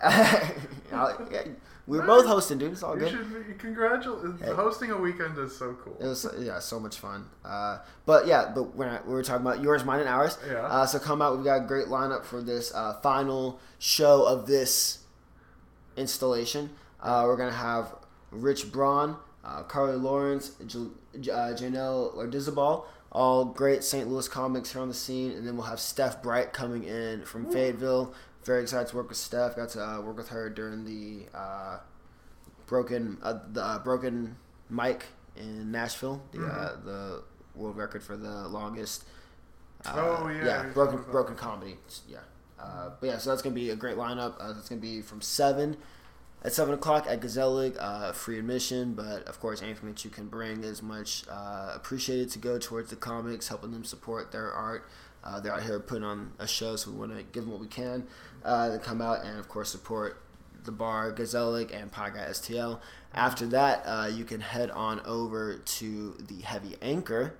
[SPEAKER 1] Yeah, we were both hosting, dude. It's all
[SPEAKER 5] you
[SPEAKER 1] good.
[SPEAKER 5] should be- congratulate.
[SPEAKER 1] Hey.
[SPEAKER 5] Hosting a weekend is so
[SPEAKER 1] It
[SPEAKER 5] cool.
[SPEAKER 1] was yeah, so much fun. Uh, but yeah, but when I, we were talking about yours, mine, and ours.
[SPEAKER 5] Yeah.
[SPEAKER 1] Uh, so come out. We've got a great lineup for this uh, final show of this installation. Uh, we're gonna have Rich Braun, uh, Carly Lawrence, J- J- uh, Janelle Lardizabal, all great St. Louis comics here on the scene, and then we'll have Steph Bright coming in from Fayetteville. Very excited to work with Steph. Got to uh, work with her during the. Uh, broken uh, the uh, broken mic in Nashville, the uh, the world record for the longest. Uh,
[SPEAKER 5] Oh, yeah,
[SPEAKER 1] yeah,
[SPEAKER 5] you're
[SPEAKER 1] broken
[SPEAKER 5] talking about
[SPEAKER 1] broken comedy. It's- Yeah, uh, but yeah, so that's gonna be a great lineup. Uh, it's gonna be from seven at seven o'clock at Gazelig, uh, free admission. But of course, anything that you can bring is much uh, appreciated to go towards the comics, helping them support their art. Uh, they're out here putting on a show, so we want to give them what we can uh, to come out and, of course, support the bar Gazelic and Podcast STL. After that, uh, you can head on over to the Heavy Anchor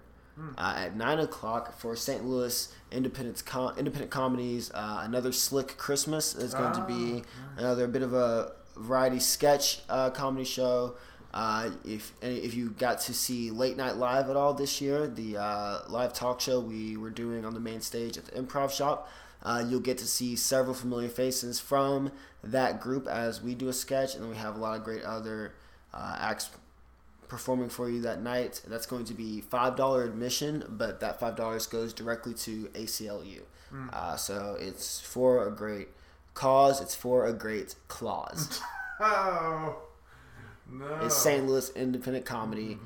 [SPEAKER 1] uh, at nine o'clock for St. Louis Independence Com- Independent Comedies. Uh, another slick Christmas is going to be another bit of a variety sketch uh, comedy show. Uh, if and if you got to see Late Night Live at all this year, the uh, live talk show we were doing on the main stage at the Improv Shop, uh, you'll get to see several familiar faces from that group as we do a sketch, and then we have a lot of great other uh, acts performing for you that night. That's going to be five dollar admission, but that five dollars goes directly to ACLU. Uh, so it's for a great cause. It's for a great clause.
[SPEAKER 5] Oh no!
[SPEAKER 1] It's St. Louis Independent Comedy.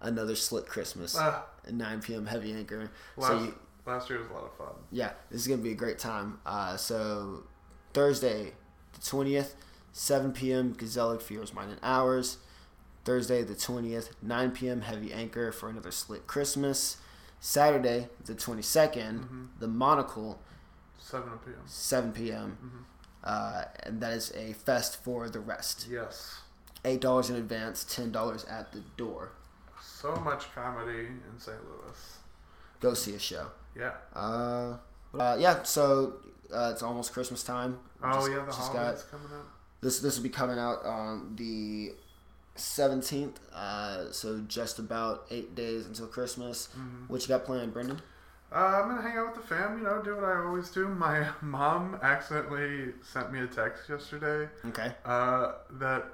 [SPEAKER 1] Another slick Christmas.
[SPEAKER 5] Ah.
[SPEAKER 1] at 9 p.m. Heavy anchor.
[SPEAKER 5] Last,
[SPEAKER 1] So you,
[SPEAKER 5] last year was a lot of fun.
[SPEAKER 1] yeah, this is gonna be a great time. Uh, so Thursday, the twentieth, seven p.m. Gazelic Fears Mine and Ours. Thursday, the twentieth, nine p.m. Heavy Anchor for another slick Christmas. Saturday, the 22nd
[SPEAKER 5] Mm-hmm.
[SPEAKER 1] the Monocle,
[SPEAKER 5] Seven p.m.
[SPEAKER 1] seven
[SPEAKER 5] Mm-hmm.
[SPEAKER 1] p.m. Uh, and that is a fest for the rest.
[SPEAKER 5] Yes,
[SPEAKER 1] Eight dollars in advance, ten dollars at the door.
[SPEAKER 5] so much comedy in St. Louis.
[SPEAKER 1] Go see a show.
[SPEAKER 5] Yeah.
[SPEAKER 1] Uh, uh, yeah. So uh, it's almost Christmas time. We
[SPEAKER 5] Oh
[SPEAKER 1] just-
[SPEAKER 5] yeah, the
[SPEAKER 1] just got-
[SPEAKER 5] holidays coming up.
[SPEAKER 1] This this will be coming out on the seventeenth, uh, so just about eight days until Christmas.
[SPEAKER 5] Mm-hmm.
[SPEAKER 1] What you got planned, Brendan?
[SPEAKER 5] Uh, I'm gonna hang out with the fam, you know, do what I always do. My mom accidentally sent me a text yesterday
[SPEAKER 1] Okay,
[SPEAKER 5] uh, that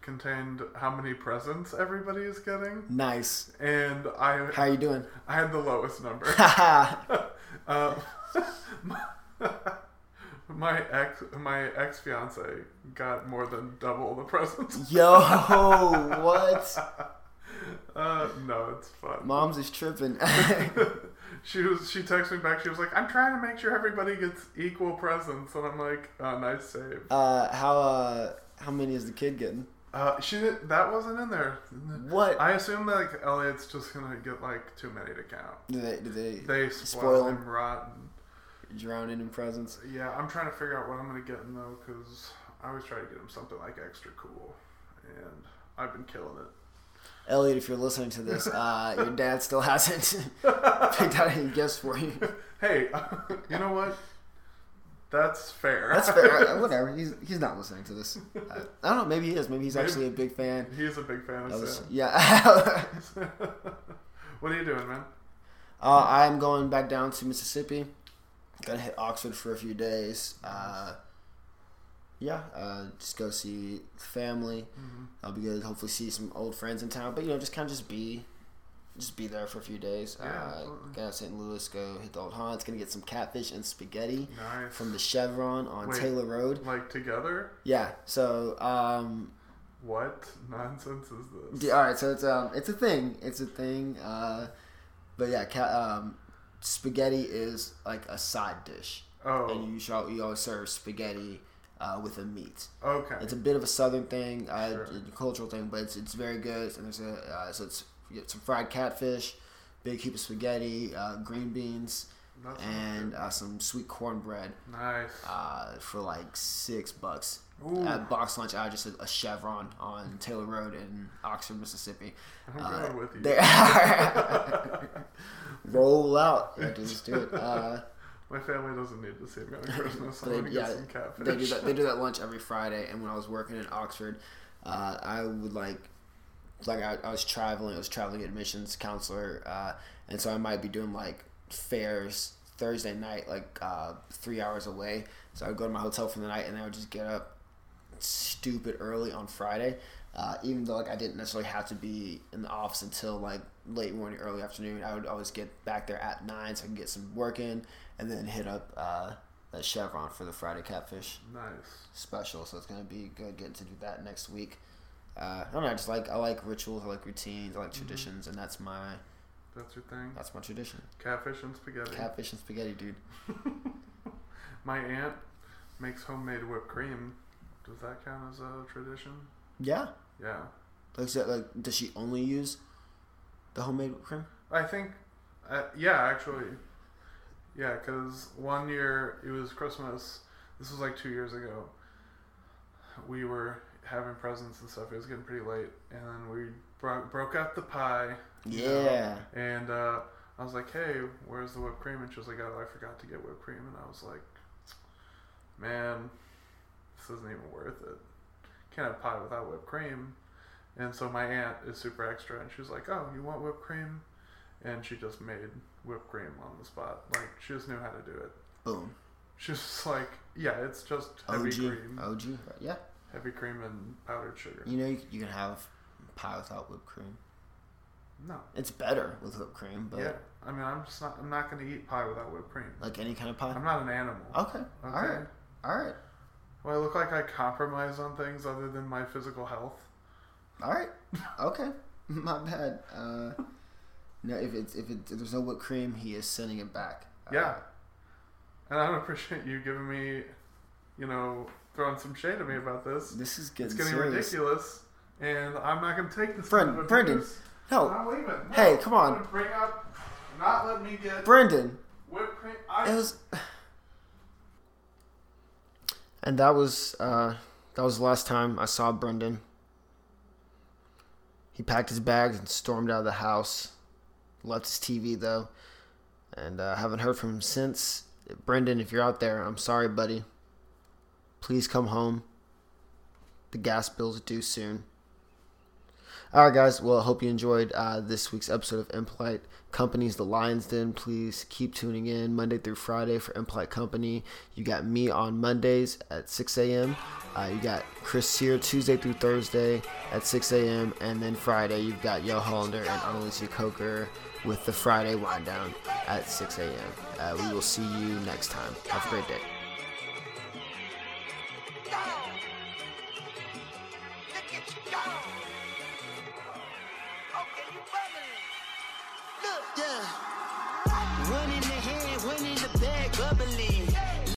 [SPEAKER 5] contained how many presents everybody is getting,
[SPEAKER 1] nice.
[SPEAKER 5] and I
[SPEAKER 1] How are you doing?
[SPEAKER 5] I had the lowest number. uh, my, my ex my ex fiance got more than double the presents.
[SPEAKER 1] Yo, what?
[SPEAKER 5] Uh, no, it's fun.
[SPEAKER 1] Mom's is tripping. Uh,
[SPEAKER 5] she was she texted me back. She was like, "I'm trying to make sure everybody gets equal presents," and I'm like, oh, "Nice save."
[SPEAKER 1] uh, how uh, how many is the kid getting?
[SPEAKER 5] Uh, she did, that wasn't in there.
[SPEAKER 1] What?
[SPEAKER 5] I assume that like Elliot's just gonna get like too many to count.
[SPEAKER 1] do they do they,
[SPEAKER 5] They
[SPEAKER 1] Spoil
[SPEAKER 5] spoil
[SPEAKER 1] 'em.
[SPEAKER 5] him rotten.
[SPEAKER 1] drowning in presents?
[SPEAKER 5] Yeah, I'm trying to figure out what I'm gonna get him though, because I always try to get him something like extra cool, and I've been killing it.
[SPEAKER 1] Elliot, if you're listening to this, uh, your dad still hasn't picked out any gifts for you.
[SPEAKER 5] Hey, you know what? That's fair.
[SPEAKER 1] That's fair. Uh, Whatever. He's he's not listening to this. Uh, I don't know. Maybe he is. Maybe he's actually a big fan.
[SPEAKER 5] He's a big fan
[SPEAKER 1] of
[SPEAKER 5] of
[SPEAKER 1] this-
[SPEAKER 5] Sam.
[SPEAKER 1] yeah.
[SPEAKER 5] what are you doing, man?
[SPEAKER 1] uh, I'm going back down to Mississippi. Gonna hit Oxford for a few days. Uh, yeah. Uh, just go see the family.
[SPEAKER 5] Mm-hmm.
[SPEAKER 1] I'll be good. Hopefully see some old friends in town. But you know, just kind of just be. Just be there for a few days.
[SPEAKER 5] Yeah,
[SPEAKER 1] uh,
[SPEAKER 5] absolutely.
[SPEAKER 1] go to St. Louis, go hit the old haunts. Gonna get some catfish and spaghetti
[SPEAKER 5] Nice.
[SPEAKER 1] from the Chevron on
[SPEAKER 5] Wait.
[SPEAKER 1] Taylor Road.
[SPEAKER 5] Like together?
[SPEAKER 1] Yeah. So um,
[SPEAKER 5] What nonsense is this?
[SPEAKER 1] Yeah, all right, so it's um, it's a thing. It's a thing. Uh, but yeah, ca- um, spaghetti is like a side dish,
[SPEAKER 5] Oh,
[SPEAKER 1] and you shall you always serve spaghetti uh, with a meat.
[SPEAKER 5] okay.
[SPEAKER 1] It's a bit of a southern thing, uh,
[SPEAKER 5] Sure.
[SPEAKER 1] it's a cultural thing, but it's, it's very good. And there's a uh, so it's you get some fried catfish, big heap of spaghetti, uh, green beans,
[SPEAKER 5] That sounds
[SPEAKER 1] and uh, some sweet cornbread
[SPEAKER 5] nice.
[SPEAKER 1] uh, for like six bucks.
[SPEAKER 5] Ooh.
[SPEAKER 1] At box lunch, I just did a Chevron on Taylor Road in Oxford, Mississippi.
[SPEAKER 5] I'm
[SPEAKER 1] Uh,
[SPEAKER 5] going with you.
[SPEAKER 1] there- Roll out. Yeah, dude, just do it. Uh,
[SPEAKER 5] My family doesn't need to see me on Christmas. I'm
[SPEAKER 1] they,
[SPEAKER 5] gonna
[SPEAKER 1] yeah,
[SPEAKER 5] get some catfish.
[SPEAKER 1] they do that. They do that lunch every Friday. And when I was working in Oxford, uh, I would like, like I, I was traveling. I was traveling admissions counselor, uh, and so I might be doing like fairs Thursday night, like uh, three hours away. So I would go to my hotel for the night, and I would just get up stupid early on Friday. Uh, even though like I didn't necessarily have to be in the office until like late morning, early afternoon, I would always get back there at nine so I can get some work in, and then hit up uh, that Chevron for the Friday catfish
[SPEAKER 5] Nice.
[SPEAKER 1] special. So it's gonna be good getting to do that next week. Uh, I don't know. I just like I like rituals, I like routines, I like traditions, and that's my
[SPEAKER 5] That's your thing.
[SPEAKER 1] that's my tradition.
[SPEAKER 5] Catfish and spaghetti.
[SPEAKER 1] Catfish and spaghetti, dude.
[SPEAKER 5] My aunt makes homemade whipped cream. Does that count as a tradition?
[SPEAKER 1] Yeah.
[SPEAKER 5] Yeah.
[SPEAKER 1] Like, is that, like does she only use the homemade whipped cream?
[SPEAKER 5] I think, uh, yeah, actually, yeah, because one year it was Christmas. This was like two years ago. we were having presents and stuff. It was getting pretty late, and then we bro- broke out the pie. you know,
[SPEAKER 1] Yeah.
[SPEAKER 5] and uh, I was like, "Hey, where's the whipped cream?" And she was like, "Oh, I forgot to get whipped cream." And I was like, "Man, this isn't even worth it. Can't have pie without whipped cream." And so my aunt is super extra, and she was like, "Oh, you want whipped cream?" And she just made whipped cream on the spot. Like she just knew how to do it.
[SPEAKER 1] Boom.
[SPEAKER 5] She was just like, "Yeah, it's just heavy
[SPEAKER 1] OG.
[SPEAKER 5] cream,
[SPEAKER 1] OG. Yeah.
[SPEAKER 5] heavy cream and powdered sugar."
[SPEAKER 1] You know you, you can have pie without whipped cream.
[SPEAKER 5] No,
[SPEAKER 1] It's better with whipped cream, but
[SPEAKER 5] yeah. I mean, I'm just not. I'm not gonna eat pie without whipped cream.
[SPEAKER 1] like any kind of pie.
[SPEAKER 5] I'm not an animal.
[SPEAKER 1] Okay. All
[SPEAKER 5] Okay?
[SPEAKER 1] right. All right.
[SPEAKER 5] Well, I look like I compromise on things other than my physical health.
[SPEAKER 1] All right. Okay. My bad. Uh, no, if it's if, it, if there's no whipped cream, he is sending it back. Uh,
[SPEAKER 5] Yeah. And I don't appreciate you giving me, you know, throwing some shade at me about this.
[SPEAKER 1] This is getting,
[SPEAKER 5] It's getting
[SPEAKER 1] serious.
[SPEAKER 5] ridiculous, and I'm not going to take this.
[SPEAKER 1] Brendan,
[SPEAKER 5] kind of
[SPEAKER 1] Brendan,
[SPEAKER 5] abuse. I'm
[SPEAKER 1] No,
[SPEAKER 5] not leaving. No,
[SPEAKER 1] Hey, come
[SPEAKER 5] I'm
[SPEAKER 1] on.
[SPEAKER 5] gonna Bring up. Not let me get
[SPEAKER 1] Brendan.
[SPEAKER 5] whipped cream. I,
[SPEAKER 1] It was. And that was uh, that was the last time I saw Brendan. He packed his bags and stormed out of the house. Left his TV though, and uh, haven't heard from him since. Brendan, if you're out there, I'm sorry, buddy. Please come home. The gas bill's due soon. All right, guys. Well, I hope you enjoyed uh, this week's episode of Impolite Companies, The Lions Den. Please keep tuning in Monday through Friday for Impolite Company. You got me on Mondays at 6 a.m. Uh, you got Chris Sear Tuesday through Thursday at 6 a.m. And then Friday, you've got Yo Hollander and Annalisa Coker with the Friday wind down at 6 a.m. Uh, we will see you next time. Have a great day.
[SPEAKER 2] go. Look at you go. Okay, you bubbling. Look.
[SPEAKER 6] Yeah. One in the head, one in the back, bubbly.